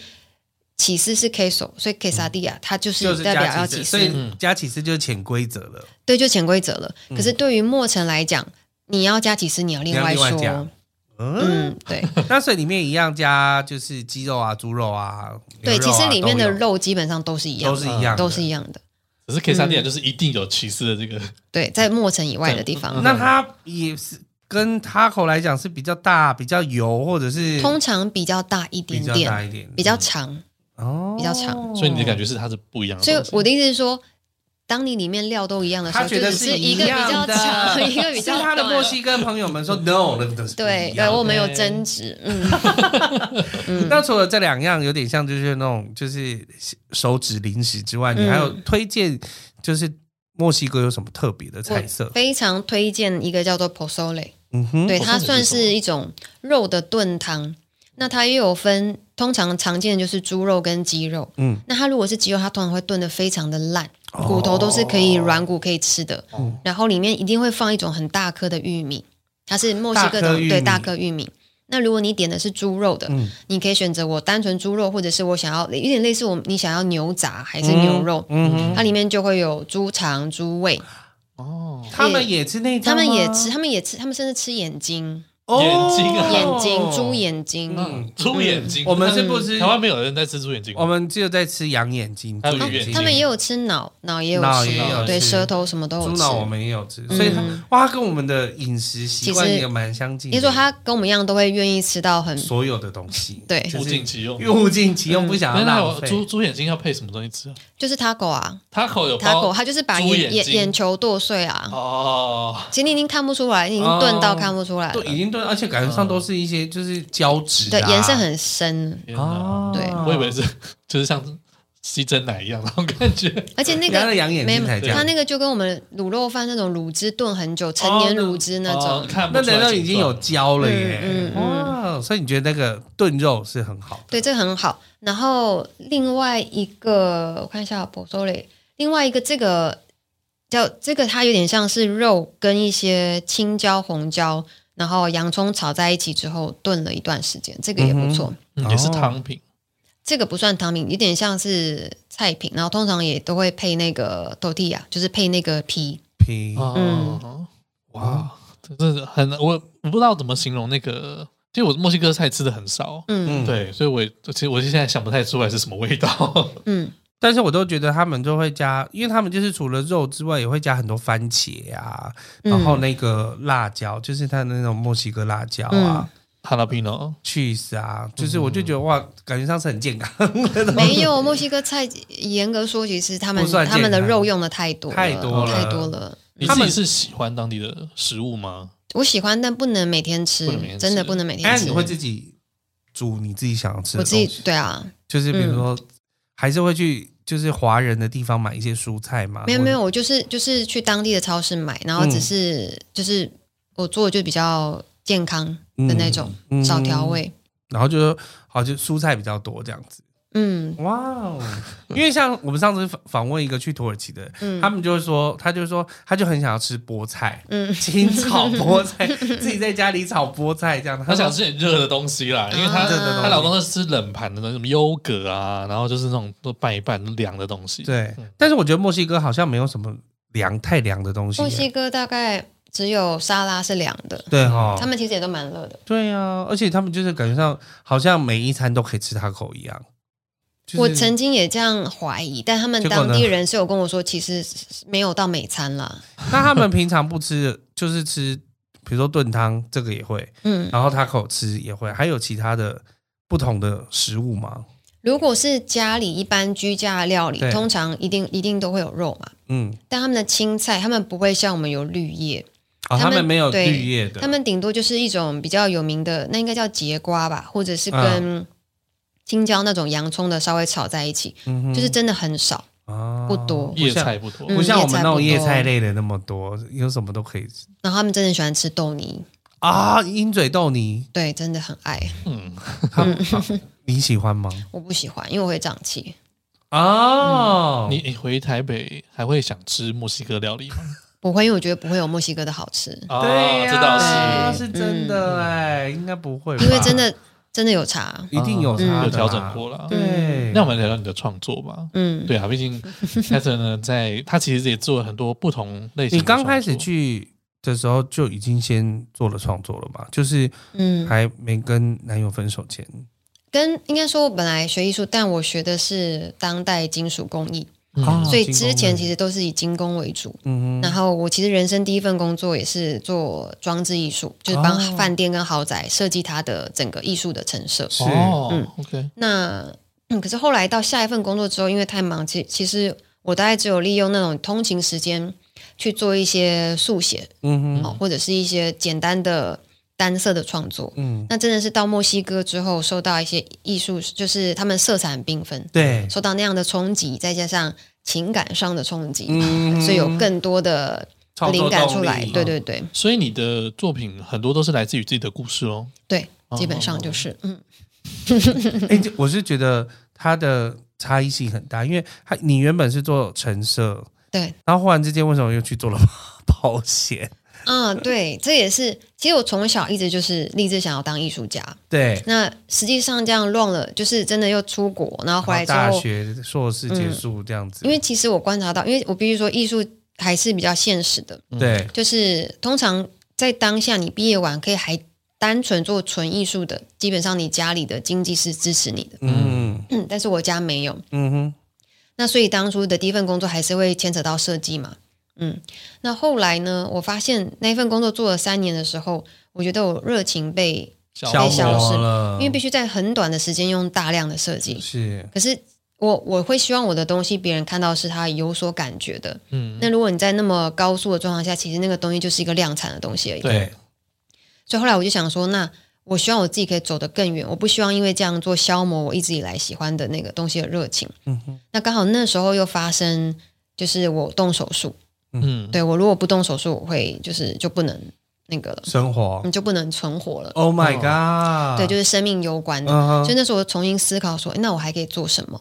起司是 queso，所以 quesadilla 它就是
嗯就是
代表
加
要
起
起
司，
司
所，
嗯
以加起司就是潜规则了。
对，就潜规则了。
嗯
可是对于莫城来讲，你要加起司，你要另外
你要另
说
外加，嗯，
嗯，对
那所以里面一样加就是鸡肉啊、猪肉啊，
对，
牛
其
肉啊
实里面的
都有
肉基本上都是一样
都
的，
是一样的，
都是一样的。
只是 K 三 D 就是一定有歧视的这个，
对，在莫城以外的地方，
那它也是跟 taco 来讲是比较大、比较油，或者是
通常比较大一
比
点
较大
点，
一点，
比较长。
哦，
比较长
所以你的感觉是它是不一样的
所
东
以
西。
我的意思是说，当你里面料都一样的时
他
候，
觉
就
得
只是
一
一个比
样
较
的 [laughs]
长，一个比较
是他的
短
墨西哥朋友们说 no，那个都是不
对
一
对，
样
我们有
对
争执，
[laughs]
嗯嗯，
那除了这两样有点像，就是那种就是手指零食之外，你
嗯
还有推荐就是墨西哥有什么特别的菜色？
非常推荐一个叫做 pozole，
嗯哼，
对，
pozole
它算
是什
是
么
一种肉的炖汤。那它也有分，通常常见的就是猪肉跟鸡肉。
嗯，哦
那它如果是鸡肉，它通常会炖得非常的烂，骨头都是可以软骨可以吃的。嗯然后里面一定会放一种很大颗的玉米，它是墨西哥
大
的
颗玉米嗯
对大颗玉米。那如果你点的是猪肉的，你可以选择我单纯猪肉，或者是我想要有点类似我你想要牛杂还是牛肉，
嗯哼，
它里面就会有猪肠、猪胃，
哦，
他们也吃那张
他
吗
们也吃，他们也吃，他们甚至吃眼睛、
哦
眼睛啊
眼睛、猪。眼睛。
嗯猪眼睛，
我们是不吃
台，湾没有人在吃猪眼睛，
我们只有在吃羊眼睛、
还
猪
有
眼
鱼眼睛
睛。
他们也有吃脑，脑也有
脑
吃，
也
有
对，
吃
舌头什么都有
猪
吃。
脑我们也有吃，所以它
嗯
哇，它跟我们的饮食习惯
其实
也蛮相近的。
也就是说他跟我们一样都会愿意吃到很
所有的东西，
对
就是
物尽其用。
物尽其用，不想要
那还
浪
哦有
费。
猪猪眼睛要配什么东西吃啊
就是 taco 啊
？taco
哦
有包
，taco 他就是把
猪
眼
眼
眼
睛
眼球剁碎啊，
哦，
其实你已经看不出来，你已经钝到看不出来
都已
了，
经都，而且感觉上都是一些就是胶质、啊，
对，颜色很深，
天哪！
啊，
对
我以为是就是像吸真奶一样那种感
[laughs]
觉，
而且那
原来
个
养眼睛才这
他
样。
那个就跟我们卤肉饭那种卤汁炖很久，成年
那
卤汁那
哦
种，
看不
那
出来
难道
形
已经有
状
胶了耶？
嗯嗯
哇，所以你觉得那个炖肉是很好的？
对，这个很好。然后另外一个，我看一下 p o s o l e 另外一个这个叫这个，它有点像是肉跟一些青椒、红椒，然后洋葱炒在一起之后炖了一段时间，这个也不错。
嗯也是
哦
汤品
这个不算汤品，有点像是菜品，然后通常也都会配那个 tortilla，就是配那个皮。
拼
嗯
哦。
哇，
这真的很我我不知道怎么形容那个，其实我墨西哥菜吃的很少，哦
嗯
嗯，。
对，所以我也其实我现在想不太出来是什么味道。 [laughs]
嗯，
但是我都觉得他们都会加，因为他们就是除了肉之外，也会加很多番茄啊，
嗯
然后那个辣椒，就是它的那种墨西哥辣椒啊、
嗯
哈拉皮诺
cheese 啊，就是我就觉
嗯
得哇，感觉上是很健康，
嗯没有墨西哥菜，严格说起是他们
不算健
他们的
康
肉用的太多
太多
太
了
多了。
你
他
自
们
己是喜欢当地的食物吗？
我喜欢，但不能每天吃，
不能每天吃
真的不能每天
哎，
吃。
你会自己煮你自己想要吃
我
的
自
东
己
西，
对啊，
就是比如说、还是会去就是华人的地方买一些蔬菜嘛？
没有没有，
或者，
我就是就是去当地的超市买，然后
啊嗯
只是、就是我做的就比较健康的那种，
嗯
少调味。
然后就说好就蔬菜比较多这样子。
嗯
哇哦， [laughs] 因为像我们上次访访问一个去土耳其的人，
嗯，
他们就会说，他就说他就很想要吃菠菜。
嗯
清炒菠
[laughs]
菜，自己在家里炒菠菜这样。
她
说
想吃点热的东西啦，因为她
嗯
啊热的东
她
西
老公都是吃冷盘的，那种什么优格啊，然后就是那种都拌一拌凉的东西。
对
嗯，
但是我觉得墨西哥好像没有什么凉太凉的东西耶。
墨西哥大概只有沙拉是凉的，
对哈，
他们其实也都蛮热的。
对啊，而且他们就是感觉上好像每一餐都可以吃塔口一样。就是
我曾经也这样怀疑，但他们
结果呢
当地人是有跟我说，其实没有到美餐啦。
那他们平常不吃的，就是吃比如说炖汤，这个也会，
嗯，
然后塔口吃也会，还有其他的不同的食物吗？
如果是家里一般居家的料理
对，
通常一定一定都会有肉嘛。
嗯，
但他们的青菜，他们不会像我们有绿叶，
啊，他
他们
们没有
对
绿叶的，
他们顶多就是一种比较有名的，那应该叫节瓜吧，或者是
啊
跟青椒那种洋葱的稍微炒在一起，
嗯哼
就是真的很少，
啊
不多。
叶菜不多，
不像我们那种
嗯
叶
叶菜不多
菜类的那么多，有什么都可以吃
然后他们真的喜欢吃豆泥，
啊！鹰嘴豆泥，
对，真的很爱。
嗯，
他们啊你喜欢吗？
我不喜欢，因为我会胀气。
哦，
嗯
嗯你你回台北还会想吃墨西哥料理吗？
不会，因为我觉得不会有墨西哥的好吃，
啊
对呀
这倒是
是
是真的哎，应该不会吧，
嗯因为真的真的有差。
一定有差的啦、
嗯有调整过了。
对，
那我们聊聊你的创作吧。
嗯，
对啊，毕竟 Catherine 呢，在她其实也做了很多不同类型
你
的创作。
刚开始去的时候就已经先做了创作了吧？就是
嗯，
还没跟男友分手前，
跟应该说，我本来学艺术，但我学的是当代金属工艺，
啊
嗯，
所以
精
之
工
前
类
其实都是以精工为主。
嗯
然
哼，
后我其实人生第一份工作也是做装置艺术，就是帮
哦
饭店跟豪宅设计它的整个艺术的陈设。
是
哦
嗯
，OK，
那嗯，可是后来到下一份工作之后，因为太忙，其其实我大概只有利用那种通勤时间去做一些速写，
嗯
哦
哼，，
或者是一些简单的单色的创作。
嗯，
那真的是到墨西哥之后，受到一些艺术，就是他们色彩很缤纷，
对，
受到那样的冲击，再加上情感上的冲击，
嗯
所以有更多的
创作
灵感
动
出来。
力嗯
对对对
所以你的作品很多都是来自于自己的故事哦。
对，基本
哦
上
哦
就
哦
是嗯
哎、这我是觉得它的差异性很大，因为它你原本是做陈设，
对。
然后忽然之间为什么又去做了 [laughs] 保险？
啊，对，这也是。其实我从小一直就是立志想要当艺术家。
对，
那实际上这样乱了，就是真的又出国，然后回来之
然后大
后，嗯
学硕士结束这样子，
因为其实我观察到，因为我必须说，艺术还是比较现实的，
对，
就是通常在当下你毕业完可以还单纯做纯艺术的，基本上你家里的经济是支持你的，
嗯
嗯，但是我家没有。
嗯哼，
那所以当初的第一份工作还是会牵扯到设计嘛，嗯，那后来呢，我发现那份工作做了三年的时候，我觉得我热情被，
哦小
被消
磨
失
了，
因为必须在很短的时间用大量的设计，
是
可是我我会希望我的东西别人看到是他有所感觉的，
嗯，
那如果你在那么高速的状况下，其实那个东西就是一个量产的东西而已，
对，
所以后来我就想说，那我希望我自己可以走得更远，我不希望因为这样做消磨我一直以来喜欢的那个东西的热情。
嗯哼，
那刚好那时候又发生，就是我动手术，
嗯，
对我如果不动手术，我会就是就不能那个了，
生活
你就不能存活了。
，Oh
哦
my god，
嗯对，就是生命攸关的。
嗯
所以
哼，
那时候我重新思考说，诶那我还可以做什么？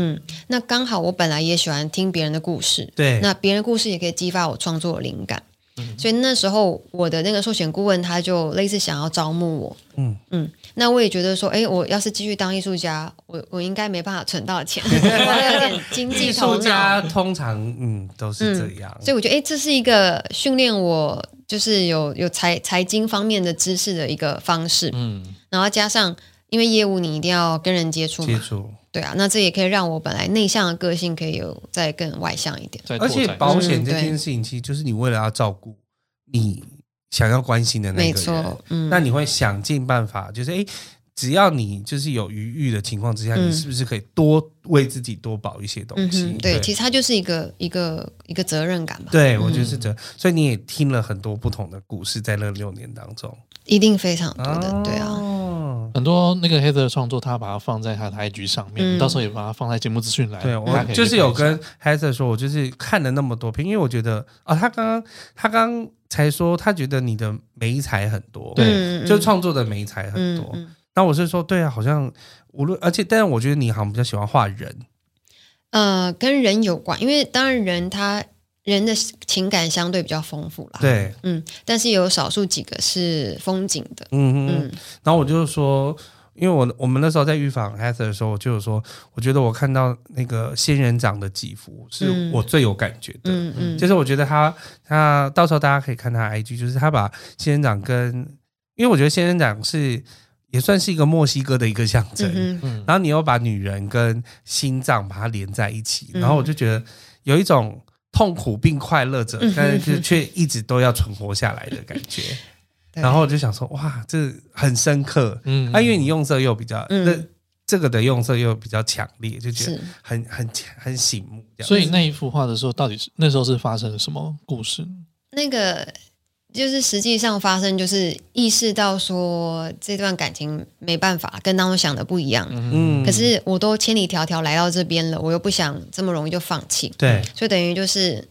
嗯，那刚好我本来也喜欢听别人的故事，
对，嗯
那别人的故事也可以激发我创作的灵感。所以那时候我的那个受选顾问他就类似想要招募我，
嗯
嗯，那我也觉得说，哎，我要是继续当艺术家，我我应该没办法存
[laughs]
到钱，我有点经济
艺
头
术家
脑，
通常嗯都是这样，
所以我觉得，哎，这是一个训练我就是有有财财经方面的知识的一个方式，
嗯，
然后加上因为业务你一定要跟人接触
接
嘛，
触，
对啊，那这也可以让我本来内向的个性可以有再更外向一点，
在
而且保险
嗯
这
对
件事情，其实就是你为了要照顾你想要关心的那
没
个人
错，，嗯，
那你会想尽办法，就是诶，只要你就是有余裕的情况之下，
嗯
你是不是可以多为自己多保一些东
嗯
西？
哼，对，其实嗯它就是一个一个一个责任感吧，
对我觉得是这样，所以你也听了很多不同的故事，在那六年当中，
一定非常多的，对啊，
啊，
很多那个黑的创作，他把它放在他的 IG 上面，
嗯
到时候也把它放在节目资讯栏。
对
大
我
家可以去
就是有
看一
跟 h e s e r 说，我就是看了那么多篇，因为我觉得啊，他刚刚他刚才说他觉得你的美才很多，
对
嗯
就创作的美才很多。
嗯嗯
那我是说，对啊，好像无论，而且，但是我觉得你好像比较喜欢画人，
嗯呃，跟人有关，因为当然人他人的情感相对比较丰富啦，，
对，
嗯，但是有少数几个是风景的，
嗯哼，
嗯
然后我就说，因为我我们那时候在预防 h a s 的时候，我就有说，我觉得我看到那个仙人掌的几幅是
嗯
我最有感觉的，
嗯嗯，
就是我觉得他他到时候大家可以看他的 IG，就是他把仙人掌跟，因为我觉得仙人掌是也算是一个墨西哥的一个象征，
嗯哼
下，嗯，
然后你又把女人跟心脏把它连在一起，
嗯
然后我就觉得有一种痛苦并快乐着，
嗯哼
但是却一直都要存活下来的感觉。
[laughs] 对
然后我就想说，哇，这很深刻。
嗯
啊，因为你用色又比较，
嗯
那这个的用色又比较强烈，就觉得
是
很很很醒目这样子。
所以那一幅画的时候，到底是那时候是发生了什么故事？
那个。就是实际上发生，就是意识到说这段感情没办法跟当初想的不一样，
嗯
可是我都千里迢迢来到这边了，我又不想这么容易就放弃， [clears throat]
对，
所以等于就是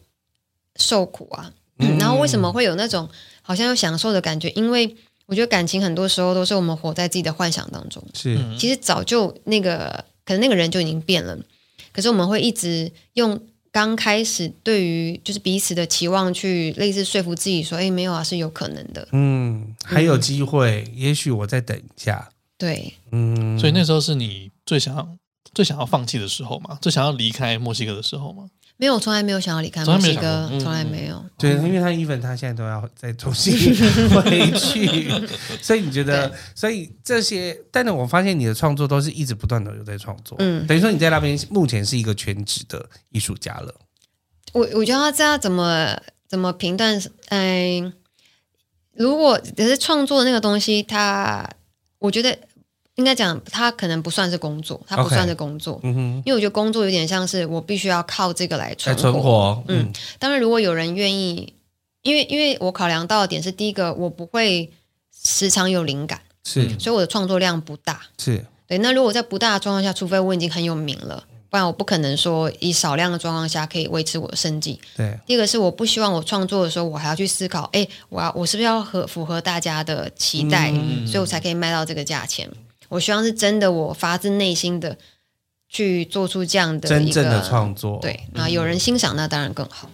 受苦啊。
嗯
然后为什么会有那种好像有享受的感觉？因为我觉得感情很多时候都是我们活在自己的幻想当中，
是
嗯
其实早就那个可能那个人就已经变了，可是我们会一直用刚开始对于就是彼此的期望去类似说服自己说，哎，没有啊，是有可能的。
嗯，还有机会，也许我再等一下。
对，
嗯，
所以那时候是你最想要、最想要放弃的时候嘛，最想要离开墨西哥的时候嘛。
没有，从来没有想要离开
从
墨
来没有
西
想过
哥
嗯，
从来
嗯
没有。
对，因为他 even 他现在都要再重
[laughs]
新回去，所以你觉得，所以这些，但是我发现你的创作都是一直不断的有在创作，嗯，
嗯
等于说你在那边目前是一个全职的艺术家了，
我我觉得要知道怎么怎么评断，嗯、如果只是创作的那个东西，它我觉得应该讲，它可能不算是工作，它不
OK
算是工作
嗯哼，
因为我觉得工作有点像是我必须要靠这个来
在
存活。
存活，嗯
嗯当然，如果有人愿意，因为因为我考量到的点是，第一个我不会时常有灵感，
是
嗯
所以我的创作量不大。
是，
对，那如果在不大的状况下，除非我已经很有名了，不然我不可能说以少量的状况下可以维持我的生计。
对，
第一个是我不希望我创作的时候，我还要去思考，哎，我要我是不是要合符合大家的期待，
嗯
所以我才可以卖到这个价钱。我希望是真的，我发自内心的去做出这样的
真
一个
正的创作，
对，那有人欣赏，那当然更好。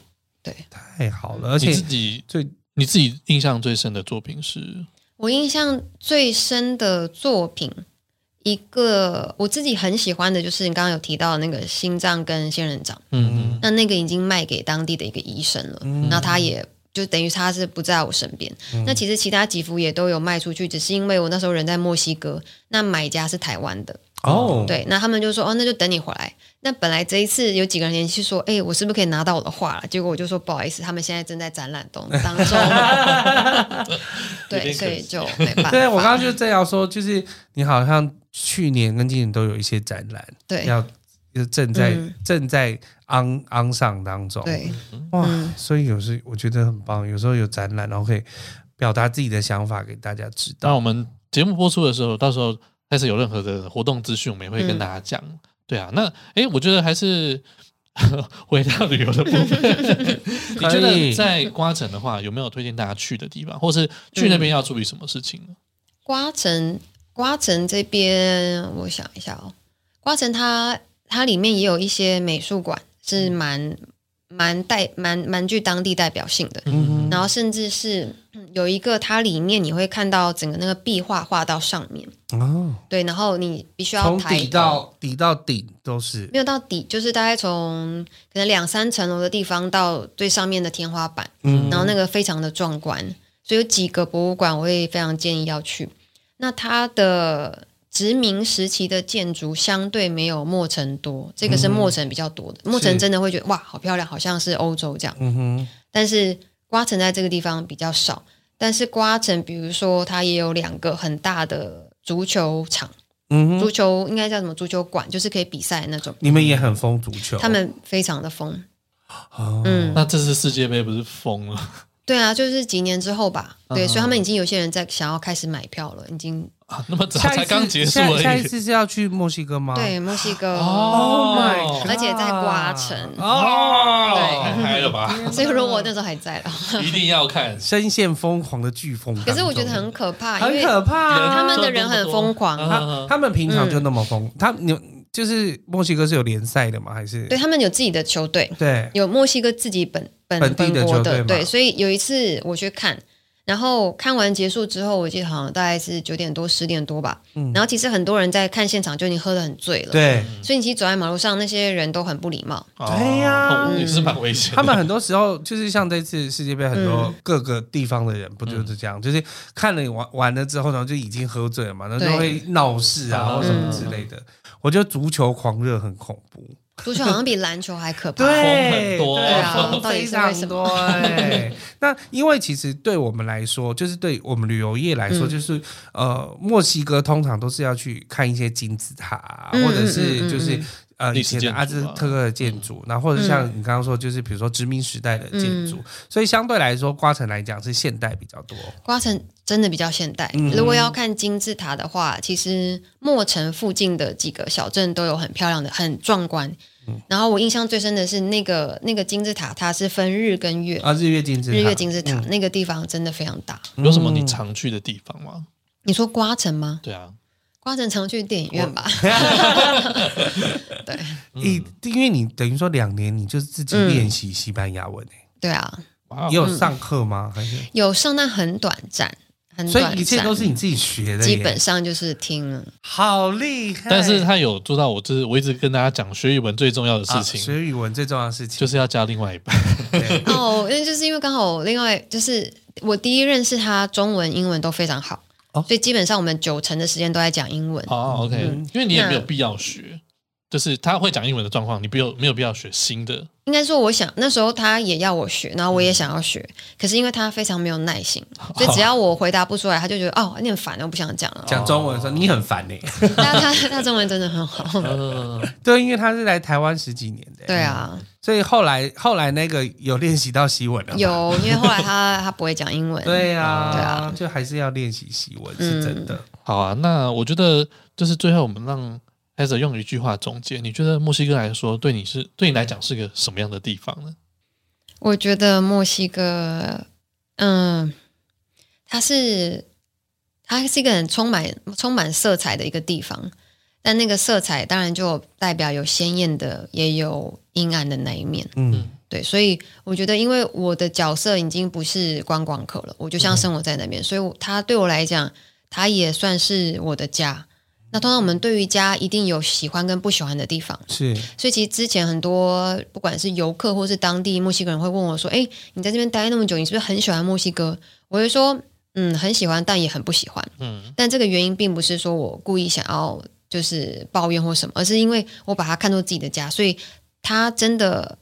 太好
嗯
了，而
你
且
自己
最
你自己印象最深的作品是
我印象最深的作品，一个我自己很喜欢的，就是你刚刚有提到那个心脏跟仙人掌，
嗯
那那个已经卖给当地的一个医生了，
嗯
然后他也就等于他是不在我身边。那其实其他几幅也都有卖出去，只是因为我那时候人在墨西哥，那买家是台湾的，
哦，
对，那他们就说哦，那就等你回来。那本来这一次有几个人联系说，哎，我是不是可以拿到我的画了？结果我就说不好意思，他们现在正在展览中当
[laughs]
中，
有点可
对，
惜
所以就没办
[laughs]
法。
对，我刚刚就这样说，就是你好像去年跟今年都有一些展览，
对
要就是正在、
嗯
正在 on on 上当中，
对
哇，
嗯
所以有时我觉得很棒，有时候有展览，然后可以表达自己的想法给大家知
当
道。
我们节目播出的时候，到时候开始有任何的活动资讯，我们也会跟
嗯
大家讲。对啊，那诶，我觉得还是 [laughs] 回到旅游的部
[laughs]
分。你觉
可以
得在瓜城的话，有没有推荐大家去的地方，或是去那边要注意什么事情呢？
瓜城，瓜城这边我想一下哦，瓜城它它里面也有一些美术馆是
嗯
蛮蛮代蛮蛮具当地代表性的，
嗯
然后甚至是嗯有一个它里面你会看到整个那个壁画画到上面，
哦，
对，然后你必须要
从
抬
底
头
到底到顶都是
没有到底，就是大概从可能两三层楼的地方到最上面的天花板，
嗯
然后那个非常的壮观，所以有几个博物馆我会非常建议要去。那它的殖民时期的建筑相对没有墨城多，这个是
嗯
墨城比较多的。墨城真的会觉得哇，好漂亮，好像是欧洲这样。
嗯哼，
但是瓜城在这个地方比较少，但是瓜城比如说它也有两个很大的足球场，
嗯哼，
足球应该叫什么足球馆，就是可以比赛的那种。
你们也很疯足球，
他们非常的疯，
哦
嗯，
那这次世界杯不是疯了
对啊，就是几年之后吧，对，
嗯
所以他们已经有些人在想要开始买票了，已经
啊？那么早
下一次
才刚结束而
下下
已。
一次是要去墨西哥吗？
对墨西哥，
哦
啊，Oh my，
God
而且在瓜城
哦，
对
太嗨了吧！
[laughs] 所以如果我那时候还在的话，
一定要看。
深陷疯狂的飓风当中，
[laughs] 可是我觉得很可怕，因
很
为
可怕啊，
他们的人很疯
嗯
狂，
他他们平常就那么疯，他你就是墨西哥是有联赛的吗？还是
对他们有自己的球队，
对
有墨西哥自己本本
本地的
国
球队嘛
对，所以有一次我去看，然后看完结束之后，我记得好像大概是九点多十点多吧，然后其实很多人在看现场就已经喝得很醉了，，
嗯对，
所以你其实走在马路上，那些人都很不礼貌，
对呀
哦也是蛮危险的。嗯
他们很多时候就是像这次世界杯，很多各个地方的人不就是这样，就是看了你玩完了之后，然后就已经喝醉了嘛，然后就会闹事啊
对
或什么之类的。我觉得足球狂热很恐怖，
足球好像比篮球还可怕，
对，
很多
对啊，
到
非
底是为
常
什
多
么。
哎，那因为其实对我们来说，就是对我们旅游业来说，
嗯
就是呃，墨西哥通常都是要去看一些金字塔啊，
嗯
或者
嗯嗯
是
嗯
就是
嗯。
呃，以
历史建
前的
筑
阿兹特克的建筑，然后或者像
嗯
你刚刚说，就是比如说殖民时代的建筑，所以相对来说，瓜城来讲是现代比较多。
瓜城真的比较现代。
嗯
如果要看金字塔的话，其实墨城附近的几个小镇都有很漂亮的、很壮观。
嗯
然后我印象最深的是那个那个金字塔，它是分日跟月，
啊，日月金字塔，嗯
日月金字塔、那个地方真的非常大。
有什么你常去的地方吗？
你说瓜城吗？
对啊，
瓜城常去电影院吧？
嗯
一、因为你等于说两年，你就是自己
嗯
练习西班牙文、欸
[laughs] 对啊，
哇哦
你有上课吗？还是
有上但很短暂。很
所
短暂，
以一切都是你自己学的耶，
基本上就是听了。
好厉害。
但是他有做到我，就是我一直跟大家讲，学语文最重要的
啊
事情、
学语文最重要的事情
就是要加另外一半。
[laughs]
[laughs] 对
哦，那就是因为刚好另外就是我第一认识他，中文、英文都非常好，
哦
所以基本上我们九成的时间都在讲英文。
哦，OK，、因 [laughs] 为你也
那
没有必要学，就是他会讲英文的状况，你不用没有必要学新的。
应该说，我想那时候他也要我学，然后我
嗯
也想要学，可是因为他非常没有耐心，
哦
所以只要我回答不出来，他就觉得哦，你很烦，我不想讲
[laughs]
了。
讲中文的时候，你很烦欸呢、
但他他中文真的很好，
嗯、
对，因为他是来台湾十几年的、
对，啊，
所以后来后来那个有练习到西文了。，
有，因为后来他他不会讲英
嗯
文，
对啊，
对啊，嗯
就还是要练习西文，是真的。
好啊，那我觉得就是最后我们让 h e z e r 用一句话总结，你觉得墨西哥来说，对你是对你来讲是个什么样的地方呢？
我觉得墨西哥，嗯，它是它是一个很充满充满色彩的一个地方，但那个色彩当然就代表有鲜艳的，也有阴暗的那一面。
嗯，
对，所以我觉得，因为我的角色已经不是观光客了，我就像生活在那边，所以我它对我来讲，它也算是我的家。那通常我们对于家一定有喜欢跟不喜欢的地方，
是
所以其实之前很多不管是游客或是当地墨西哥人会问我说：“哎，你在这边待那么久，你是不是很喜欢墨西哥？”我会说：“嗯，很喜欢，但也很不喜欢。
嗯，
但这个原因并不是说我故意想要就是抱怨或什么，而是因为我把它看作自己的家，所以他真的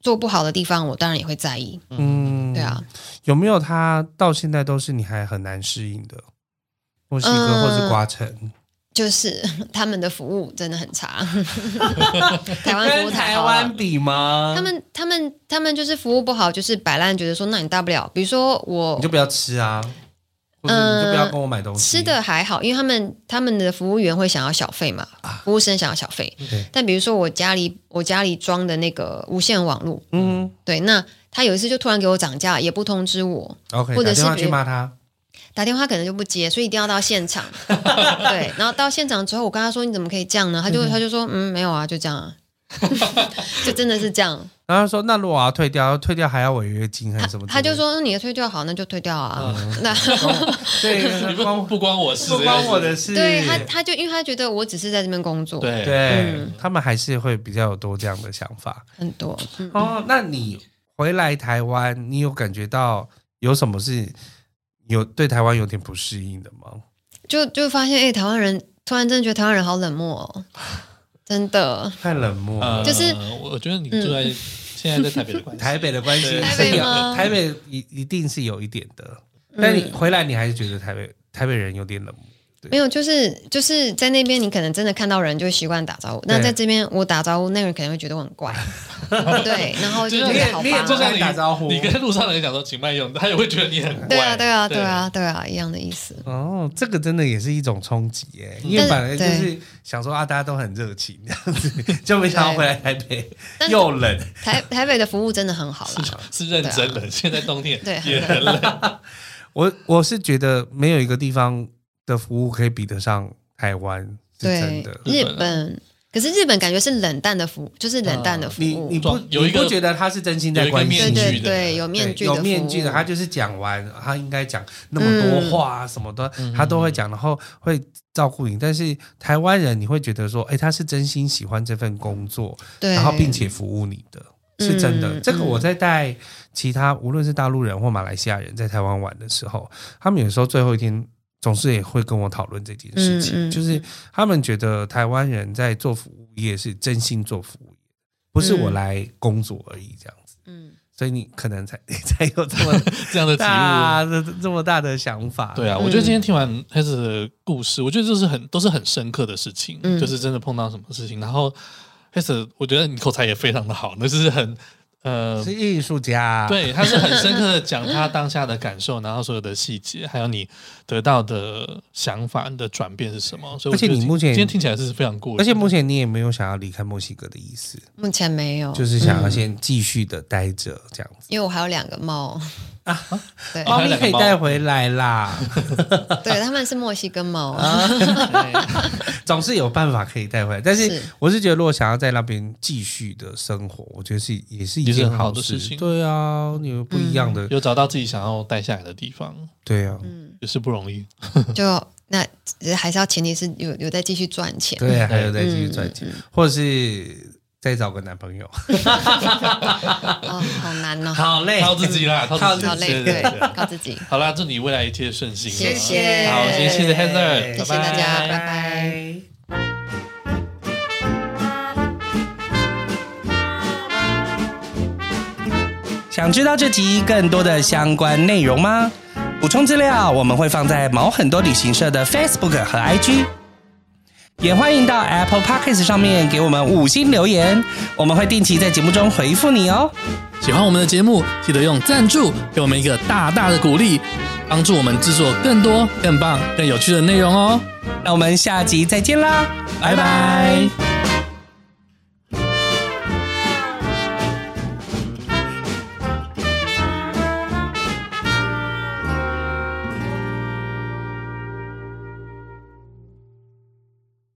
做不好的地方，我当然也会在意。
嗯，
对啊，
有没有他到现在都是你还很难适应的墨西哥
嗯
或是瓜城？
就是 [laughs] 他们的服务真的很差，台湾服务太好了
比吗
他们他们他们就是服务不好，就是摆烂，觉得说那你大不了，比如说我
你就不要吃啊，或者你就不要跟我买东西。
吃的还好，因为他们他们的服务员会想要小费嘛，服务生想要小费。
对，
但比如说我家里我家里装的那个无线网络，
嗯
对，那他有一次就突然给我涨价，也不通知我，
，OK，
或
打
者是
电话
别
去骂他，
打电话可能就不接，所以一定要到现场。对，然后到现场之后，我跟他说你怎么可以这样呢？他就他就说嗯没有啊，就这样啊，就真的是这样。
然后他说那如果我要退掉，退掉还要违约金还
他
是什么之
他
类的？
就说那嗯你的退掉好，那就退掉啊。 [laughs] 那
对，
不
光
不关我事，
不关我的事。
对他他就因为他觉得我只是在这边工作，
对
对、
嗯
他们还是会比较有多这样的想法。
很多嗯。
哦，那你回来台湾，你有感觉到有什么是有对台湾有点不适应的吗？
就就发现，哎、台湾人突然真的觉得台湾人好冷漠、哦，真的。
太冷漠了。
呃，
就是嗯
我我觉得你住在、现 [laughs] 在在台北的关系，
台北的关系，
对
台
是
北
有
吗嗯
台北一一定是有一点的，但你回来你还是觉得台北台北人有点冷漠。
没有，就是就是在那边，你可能真的看到人就会习惯打招呼。那
对
在这边，我打招呼，那个人可能会觉得我很
[laughs]
怪，对，然后就
就
觉
像
得好哦
你也
吧
就。像
你
打招呼
你跟路上的人讲说请慢用，他也会觉得你很怪。
对啊，对啊，对啊，对啊，一样的意思。
哦，这个真的也是一种冲击耶，因为
但
反而就
嗯对
是想说啊，大家都很热情这样子，就没想到
对
回来台北
但
又冷。
台台北的服务真的
[laughs]
很好啦，啊
是是认真的。现在冬天
对
也很冷，
我我是觉得没有一个地方的服务可以比得上台湾，是真
对
的，。
日
日
本啊
本。可是日本感觉是冷淡的服务，就是冷淡的服
啊你
务
你，不
哦有一个
你不觉得他是真心在关
有一
心
对
个面具
你？
对
的
对，有面具的
有
服务
面具的，他就是讲完，他应该讲那么多话啊，什么的，
嗯
他都会讲，然后会照顾你。但是台湾人，你会觉得说，哎，他是真心喜欢这份工作，
对，
然后并且服务你的，是真的。
嗯
这个
嗯
我在带其他无论是大陆人或马来西亚人在台湾玩的时候，他们有时候最后一天总是也会跟我讨论这件事情，
嗯嗯
就是他们觉得台湾人在做服务业是真心做服务业，不是我
嗯
来工作而已这样子。
嗯，
所以你可能才 [laughs] 才有这么
这样的体悟。
大的啊这么大的想法。
对
嗯
啊，我觉得今天听完 h e 的故事，我觉得这是很都是很深刻的事情，
嗯
就是真的碰到什么事情。然后 h e 我觉得你口才也非常的好，那就是很呃
是，啊艺术家，，
对，他是很深刻的讲他当下的感受，然后所有的细节，还有你得到的想法你的转变是什
嗯
么。所以我觉得
而且你目前
今天听起来是非常过瘾，
而且目前你也没有想要离开墨西哥的意思，
目前没有，
就是想要
嗯
先继续的待着这样子。
因为我还有两个猫， [laughs] 对
哦
啊 [laughs] 猫
还有
咪
[laughs] 两个
可以
猫
带回来
[laughs]
啦，
对，他们是墨西哥猫啊，
总是有办法可以带回来。但是
是
我是觉得，如果想要在那边继续的生活，我觉得是也是一
也是
件
很好
好
的事情
对啊，你有不一样的，
有找到自己想要待下来的地方，
对啊，
嗯，
也是不容易。
就那还是要前提是有有在继续赚钱，
对啊，还有
嗯，
再继续赚钱，
嗯
或者是再找个男朋友，
嗯哦，好难哦，
好累
靠自己啦，靠自己，
好累，对，靠自己。
好啦，祝你未来一切顺心。
谢谢
好，今天谢谢 Heather，
谢谢大家拜拜。
想知道这集更多的相关内容吗？补充资料我们会放在毛很多旅行社的 Facebook 和 IG，也欢迎到 Apple Podcast 上面给我们五星留言，我们会定期在节目中回复你哦。
喜欢我们的节目，记得用赞助给我们一个大大的鼓励，帮助我们制作更多、更棒、更有趣的内容哦。
那我们下集再见啦，拜拜